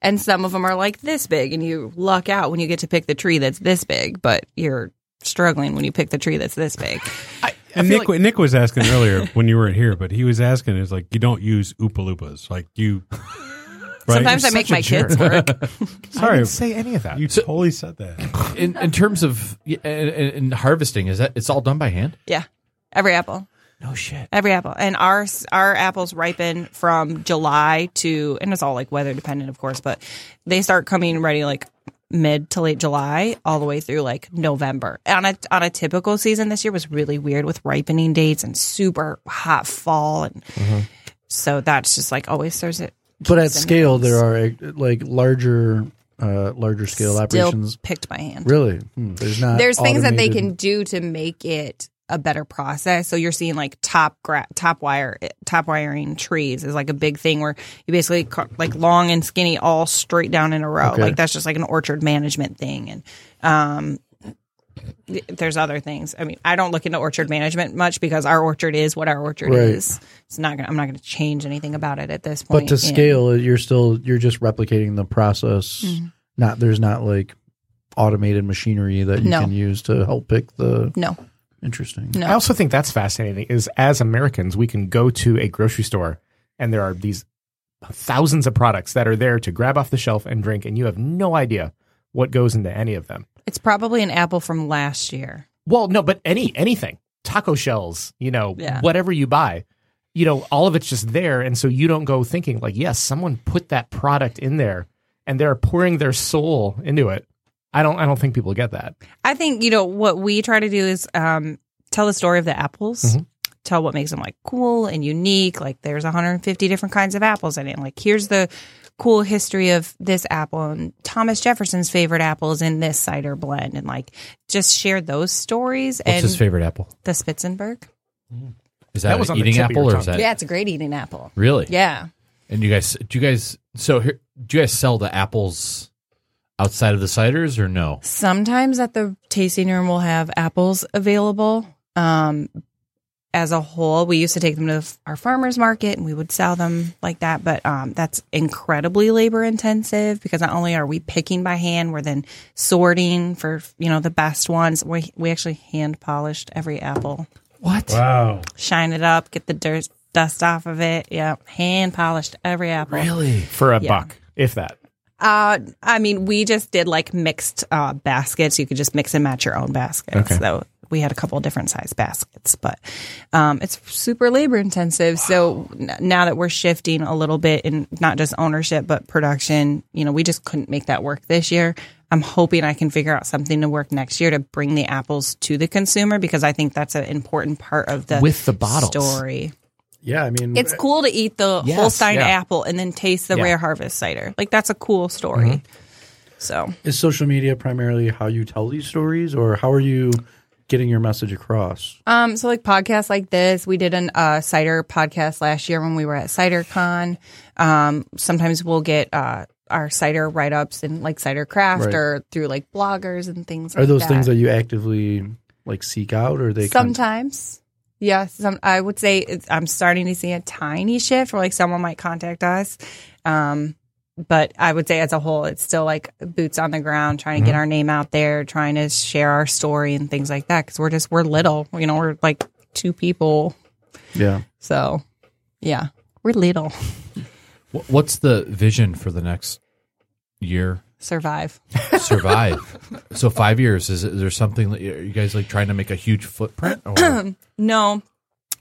Speaker 5: and some of them are like this big, and you luck out when you get to pick the tree that's this big, but you're struggling when you pick the tree that's this big.
Speaker 2: And Nick, Nick was asking earlier when you weren't here, but he was asking is like you don't use oopa loopas, like you. Right?
Speaker 5: Sometimes I make my kids work.
Speaker 4: I
Speaker 2: Sorry,
Speaker 4: didn't say any of that.
Speaker 2: you totally said that.
Speaker 6: in, in terms of in, in harvesting, is that it's all done by hand?
Speaker 5: Yeah, every apple.
Speaker 6: No shit.
Speaker 5: Every apple, and our our apples ripen from July to, and it's all like weather dependent, of course, but they start coming ready like mid to late July, all the way through like November. On a on a typical season, this year was really weird with ripening dates and super hot fall, and
Speaker 6: Mm-hmm.
Speaker 5: so that's just like always there's it.
Speaker 3: But at scale, there are uh, like larger, uh, larger scale operations.
Speaker 5: picked by hand.
Speaker 3: Really, Hmm, there's not.
Speaker 5: there's things that they can
Speaker 3: automated-
Speaker 5: do to make it a better process. So you're seeing like top gra- top wire top wiring trees is like a big thing where you basically cut like long and skinny all straight down in a row.
Speaker 3: Okay.
Speaker 5: Like that's just like an orchard management thing and um th- there's other things. I mean, I don't look into orchard management much because our orchard is what our orchard
Speaker 3: Right.
Speaker 5: is. It's not gonna, I'm not going to change anything about it at this
Speaker 3: But
Speaker 5: point.
Speaker 3: to
Speaker 5: Yeah.
Speaker 3: scale, you're still you're just replicating the process.
Speaker 5: Hmm.
Speaker 3: Not there's not like automated machinery that you
Speaker 5: No.
Speaker 3: can use to help pick the
Speaker 5: No.
Speaker 3: interesting.
Speaker 5: No.
Speaker 4: I also think that's fascinating. Is as Americans, we can go to a grocery store and there are these thousands of products that are there to grab off the shelf and drink, and you have no idea what goes into any of them.
Speaker 5: It's probably an apple from last year.
Speaker 4: Well, no, but any anything, taco shells, you know,
Speaker 5: Yeah.
Speaker 4: whatever you buy, you know, all of it's just there, and so you don't go thinking like, yes, someone put that product in there, and they're pouring their soul into it. I don't, I don't think people get that.
Speaker 5: I think you know what we try to do is um, tell the story of the apples.
Speaker 6: Mm-hmm.
Speaker 5: Tell what makes them like cool and unique. Like there's 150 different kinds of apples in it. Like here's the cool history of this apple and Thomas Jefferson's favorite apples in this cider blend, and like just share those stories
Speaker 6: What's
Speaker 5: and
Speaker 6: his favorite apple?
Speaker 5: the Spitzenberg.
Speaker 6: Is that,
Speaker 4: That was
Speaker 6: an
Speaker 4: on the
Speaker 6: eating
Speaker 4: tip of
Speaker 6: apple
Speaker 4: your
Speaker 6: or is
Speaker 4: tongue.
Speaker 6: that
Speaker 5: Yeah, it's a great eating apple.
Speaker 6: really?
Speaker 5: Yeah,
Speaker 6: And you guys, do you guys? So here, do you guys sell the apples outside of the ciders or no?
Speaker 5: sometimes at the tasting room we'll have apples available um as a whole we used to take them to our farmers market and we would sell them like that but um that's incredibly labor intensive because not only are we picking by hand we're then sorting for you know the best ones we, we actually hand polished every apple
Speaker 6: What?
Speaker 2: Wow.
Speaker 5: shine it up get the dirt dust off of it yeah hand polished every apple
Speaker 6: Really?
Speaker 4: For a
Speaker 5: Yeah.
Speaker 4: buck, if that.
Speaker 5: uh, I mean, we just did like mixed uh, baskets. You could just mix and match your own baskets. So we had a couple different size baskets, but um, it's super labor intensive. So n- now that we're shifting a little bit in not just ownership but production, you know, we just couldn't make that work this year. I'm hoping I can figure out something to work next year to bring the apples to the consumer because I think that's an important part of the
Speaker 4: With the bottles.
Speaker 5: story.
Speaker 3: Yeah, I mean,
Speaker 5: It's cool to eat the
Speaker 4: Yes,
Speaker 5: Holstein
Speaker 4: yeah.
Speaker 5: apple and then taste the
Speaker 4: Yeah.
Speaker 5: rare harvest cider. Like that's a cool story.
Speaker 3: Mm-hmm.
Speaker 5: So
Speaker 3: is social media primarily how you tell these stories, or how are you getting your message across?
Speaker 5: Um, so like podcasts like this, we did an uh, cider podcast last year when we were at CiderCon. Um, sometimes we'll get uh, our cider write ups in like Cider Craft
Speaker 3: Right.
Speaker 5: or through like bloggers and things.
Speaker 3: Are
Speaker 5: like
Speaker 3: those
Speaker 5: that.
Speaker 3: things that you actively like seek out, or they kind of-
Speaker 5: sometimes? Yeah, some, I would say it's, I'm starting to see a tiny shift where like someone might contact us. Um, but I would say as a whole, it's still like boots on the ground, trying to get our name out there, trying to share our story and things like that. Cause we're just, we're little, you know, we're like two people
Speaker 3: yeah.
Speaker 5: So, yeah, we're little.
Speaker 1: Wh- What's the vision for the next year?
Speaker 5: survive.
Speaker 1: Survive. so five years is, is there something that are you guys like trying to make a huge footprint? Or?
Speaker 5: No.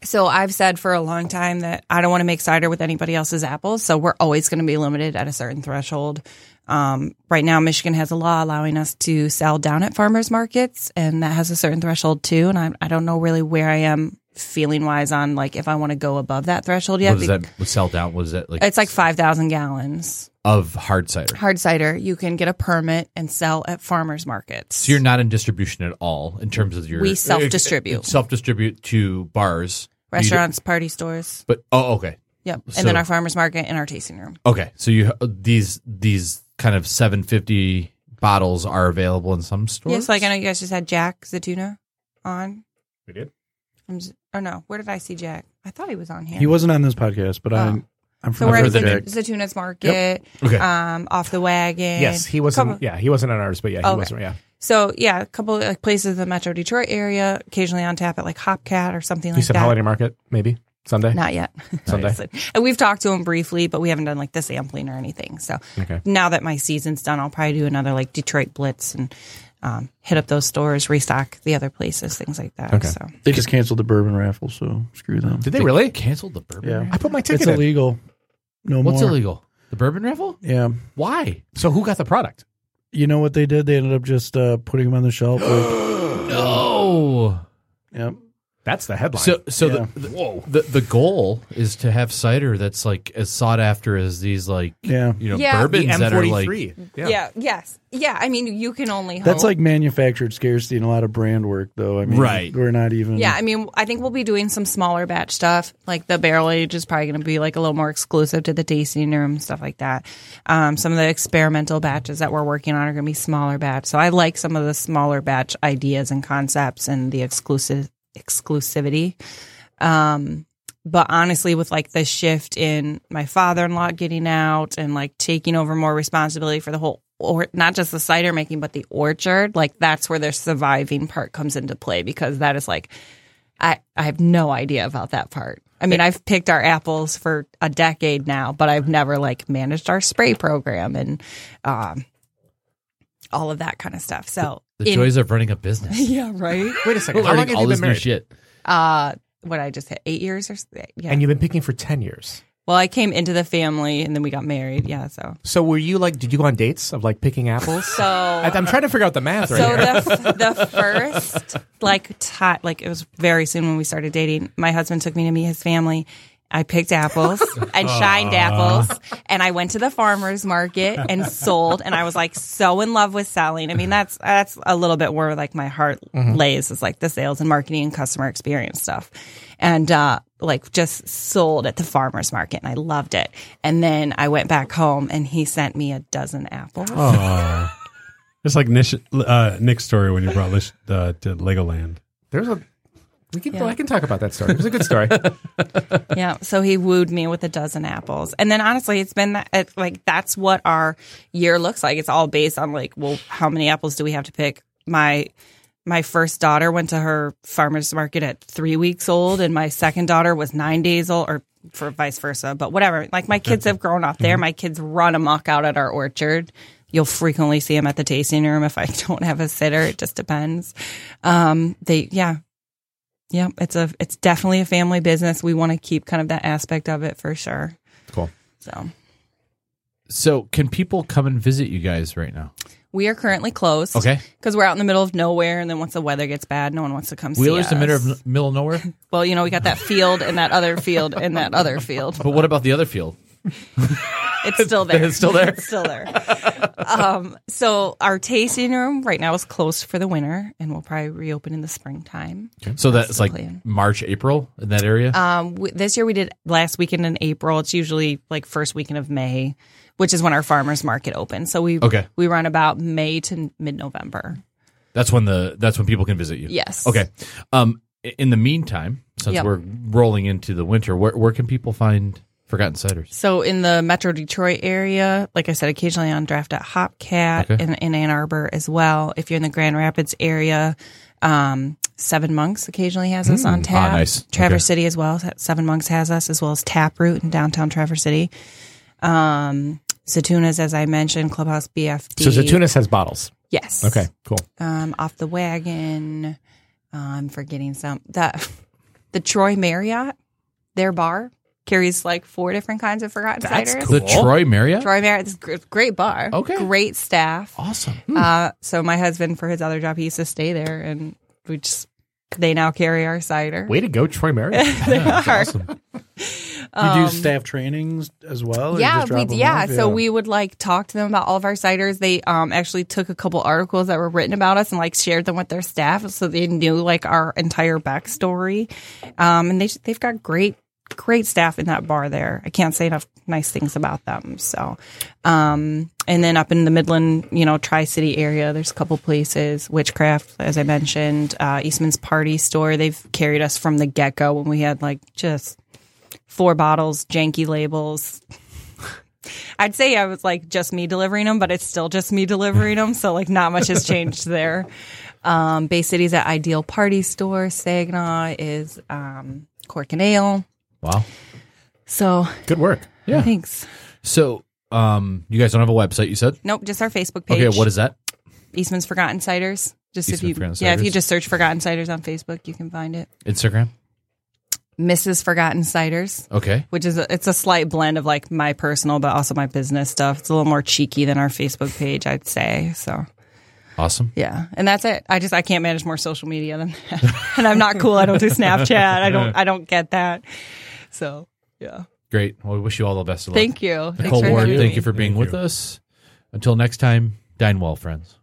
Speaker 5: So I've said for a long time that I don't want to make cider with anybody else's apples. So we're always going to be limited at a certain threshold. Um, right now, Michigan has a law allowing us to sell down at farmers markets, and that has a certain threshold too. And I, I don't know really where I am feeling wise on like if I want to go above that threshold yet.
Speaker 1: what does that what sell down? What is that like?
Speaker 5: It's like five thousand gallons
Speaker 1: of hard cider.
Speaker 5: hard cider. You can get a permit and sell at farmers markets.
Speaker 1: So you're not in distribution at all in terms of your.
Speaker 5: We self-distribute.
Speaker 1: Self distribute to bars, You do-
Speaker 5: restaurants, party stores.
Speaker 1: But oh, okay,
Speaker 5: Yep, and
Speaker 1: So-
Speaker 5: then our farmers market and our tasting room.
Speaker 1: okay. So you uh, these these kind of 750 bottles are available in some stores.
Speaker 5: Yes, like I know you guys just had Jack Zatuna on.
Speaker 2: We did.
Speaker 5: I'm z- or no, where did I see Jack? I thought he was on here.
Speaker 3: He wasn't on this podcast, but I'm I'm
Speaker 5: Oh. So
Speaker 3: from
Speaker 5: we're at
Speaker 1: heard
Speaker 5: Zat-
Speaker 1: that.
Speaker 5: Zatuna's Market,
Speaker 1: Okay.
Speaker 5: um, off the wagon.
Speaker 4: Yes, he wasn't.
Speaker 5: Couple-
Speaker 4: Yeah, he wasn't on ours, but yeah, he
Speaker 5: Okay.
Speaker 4: wasn't. Yeah,
Speaker 5: So yeah, a couple of places in the Metro Detroit area, occasionally on tap at like Hopcat or something
Speaker 4: you
Speaker 5: like
Speaker 4: said
Speaker 5: that.
Speaker 4: holiday market maybe Sunday.
Speaker 5: Not yet.
Speaker 4: Sunday.
Speaker 5: and we've talked to him briefly, but we haven't done like the sampling or anything. So
Speaker 4: Okay.
Speaker 5: now that my season's done, I'll probably do another like Detroit Blitz and um, hit up those stores, restock the other places, things like that.
Speaker 4: Okay.
Speaker 5: So
Speaker 3: They just canceled the bourbon raffle, so screw them.
Speaker 4: Did they really?
Speaker 1: canceled the bourbon?
Speaker 3: Yeah.
Speaker 4: I put my
Speaker 3: It's
Speaker 4: ticket in.
Speaker 3: illegal. No
Speaker 1: What's
Speaker 3: more.
Speaker 1: illegal? The bourbon raffle?
Speaker 3: Yeah.
Speaker 1: Why?
Speaker 4: So who got the product?
Speaker 3: You know what they did? They ended up just uh, putting them on the shelf. like,
Speaker 1: No.
Speaker 3: yep.
Speaker 4: That's the headline.
Speaker 1: So so
Speaker 3: Yeah.
Speaker 1: the, the, the the goal is to have cider that's like as sought after as these like
Speaker 3: Yeah.
Speaker 1: you know
Speaker 5: Yeah.
Speaker 1: bourbons that are like
Speaker 5: yeah. yes, yeah. I mean, you can only hope.
Speaker 3: That's like manufactured scarcity and a lot of brand work, though. I mean,
Speaker 1: Right.
Speaker 3: We're not even.
Speaker 5: Yeah, I mean, I think we'll be doing some smaller batch stuff. Like the barrel age is probably going to be like a little more exclusive to the tasting room, stuff like that. Um, some of the experimental batches that we're working on are going to be smaller batch. So I like some of the smaller batch ideas and concepts and the exclusive exclusivity. Um, but honestly, with like the shift in my father in law getting out and like taking over more responsibility for the whole or not just the cider making, but the orchard, like that's where their surviving part comes into play because that is like I, I have no idea about that part. I mean, I've picked our apples for a decade now, but I've never like managed our spray program and um, all of that kind of stuff. So,
Speaker 1: the
Speaker 5: in-
Speaker 1: joys of running a business.
Speaker 5: yeah, right.
Speaker 4: Wait a second. How long
Speaker 1: Learning
Speaker 4: have
Speaker 1: all
Speaker 4: you
Speaker 1: this
Speaker 4: been
Speaker 1: new
Speaker 4: married?
Speaker 1: shit.
Speaker 5: Uh, what I just hit eight years or s- yeah.
Speaker 4: And you've been picking for ten years.
Speaker 5: well, I came into the family and then we got married. Yeah, so
Speaker 4: So were you like? Did you go on dates of like picking apples?
Speaker 5: so
Speaker 4: I, I'm trying to figure out the math right
Speaker 5: so
Speaker 4: here.
Speaker 5: the the first like ti like it was very soon when we started dating. My husband took me to meet his family. I picked apples and shined apples, and I went to the farmers market and sold. And I was like so in love with selling. I mean, that's that's a little bit where like my heart lays is like the sales and marketing and customer experience stuff, and uh, like just sold at the farmers market, and I loved it. And then I went back home, and he sent me a dozen apples.
Speaker 2: It's like Nish, uh, Nick's story when you brought Lish, uh, to Legoland.
Speaker 4: There's a. We can.
Speaker 5: Yeah.
Speaker 4: I can talk about that story. It was a good story.
Speaker 5: Yeah. So he wooed me with a dozen apples. And then honestly, it's been that, it, like, that's what our year looks like. It's all based on like, well, how many apples do we have to pick? My, my first daughter went to her farmer's market at three weeks old and my second daughter was nine days old or for vice versa, but whatever. Like my kids have grown up there. My kids run amok out at our orchard. You'll frequently see them at the tasting room if I don't have a sitter. It just depends. Um, they, yeah, yeah, it's a it's definitely a family business. We want to keep kind of that aspect of it for sure.
Speaker 4: Cool.
Speaker 5: So
Speaker 1: So can people come and visit you guys right now?
Speaker 5: we are currently closed.
Speaker 1: Okay.
Speaker 5: Because we're out in the middle of nowhere, and then once the weather gets bad, no one wants to come see
Speaker 1: Wheeler's
Speaker 5: us.
Speaker 1: the middle of middle of nowhere.
Speaker 5: well, you know, we got that field and that other field and that other field.
Speaker 1: But what about the other field?
Speaker 5: It's still there.
Speaker 1: It's still there?
Speaker 5: it's still there. Um, so our tasting room right now is closed for the winter, and we'll probably reopen in the springtime.
Speaker 1: So that's
Speaker 5: the
Speaker 1: like
Speaker 5: plan.
Speaker 1: March, April in that area.
Speaker 5: Um, w- this year we did last weekend in April. It's usually like first weekend of May, which is when our farmers market opens. So we
Speaker 1: Okay.
Speaker 5: we run about May to mid November.
Speaker 1: That's when the that's when people can visit you.
Speaker 5: Yes.
Speaker 1: Okay. Um. i- In the meantime, since
Speaker 5: Yep.
Speaker 1: we're rolling into the winter, where where can people find Forgotten Ciders?
Speaker 5: So in the Metro Detroit area, like I said, occasionally on draft at Hopcat
Speaker 1: Okay.
Speaker 5: in, in Ann Arbor as well. If you're in the Grand Rapids area, um, Seven Monks occasionally has us on tap.
Speaker 1: Mm. Ah, nice.
Speaker 5: Traverse
Speaker 1: Okay.
Speaker 5: City as well. Seven Monks has us as well as Taproot in downtown Traverse City. Um, Zatunas, as I mentioned, Clubhouse BFD.
Speaker 4: So Zatunas has bottles.
Speaker 5: Yes.
Speaker 4: Okay, cool.
Speaker 5: Um, off the wagon. Uh, I'm forgetting some. The the Troy Marriott, their bar carries like four different kinds of forgotten
Speaker 4: That's
Speaker 5: ciders.
Speaker 4: cool.
Speaker 6: The Troy Marriott?
Speaker 5: Troy Marriott, this gr- great bar.
Speaker 6: Okay.
Speaker 5: Great staff.
Speaker 6: Awesome.
Speaker 5: Uh, so my husband, for his other job, he used to stay there, and we just they now carry our cider.
Speaker 4: Way to go, Troy Marriott.
Speaker 5: They are.
Speaker 3: you do
Speaker 5: Um,
Speaker 3: staff trainings as well? or you
Speaker 5: yeah,
Speaker 3: just drop
Speaker 5: we,
Speaker 3: them
Speaker 5: yeah.
Speaker 3: off?
Speaker 5: So we would like talk to them about all of our ciders. They um, actually took a couple articles that were written about us and like shared them with their staff, so they knew like our entire backstory. Um, and they they've got great great staff in that bar there. I can't say enough nice things about them. So, um, and then up in the Midland, you know, Tri City area, there's a couple places. Witchcraft, as I mentioned, uh, Eastman's Party Store. They've carried us from the get go when we had like just four bottles, janky labels. I'd say I was like just me delivering them, but it's still just me delivering them. So like not much has changed there. Um, Bay City's at Ideal Party Store. Saginaw is um, Cork and Ale.
Speaker 6: Wow.
Speaker 5: So
Speaker 4: Good work.
Speaker 6: Yeah.
Speaker 5: thanks.
Speaker 6: So um you guys don't have a website, you said?
Speaker 5: Nope, just our Facebook page.
Speaker 6: Okay, what is that?
Speaker 5: Eastman's Forgotten Ciders? Just
Speaker 6: Eastman
Speaker 5: if you
Speaker 6: Forgotten
Speaker 5: yeah, if you
Speaker 6: Ciders.
Speaker 5: just search Forgotten Ciders on Facebook, you can find it.
Speaker 6: Instagram?
Speaker 5: Mrs. Forgotten Ciders,
Speaker 6: Okay.
Speaker 5: which is a, it's a slight blend of like my personal but also my business stuff. It's a little more cheeky than our Facebook page, I'd say. So
Speaker 6: Awesome.
Speaker 5: yeah, and that's it. I just I can't manage more social media than that, and I'm not cool. I don't do Snapchat. I don't I don't get that. So yeah,
Speaker 6: Great. Well, we wish you all the best of luck.
Speaker 5: thank you. Thanks
Speaker 6: Nicole
Speaker 5: for
Speaker 6: Ward,
Speaker 5: having
Speaker 6: thank
Speaker 5: me.
Speaker 6: you for being with us. Until next time, dine well, friends.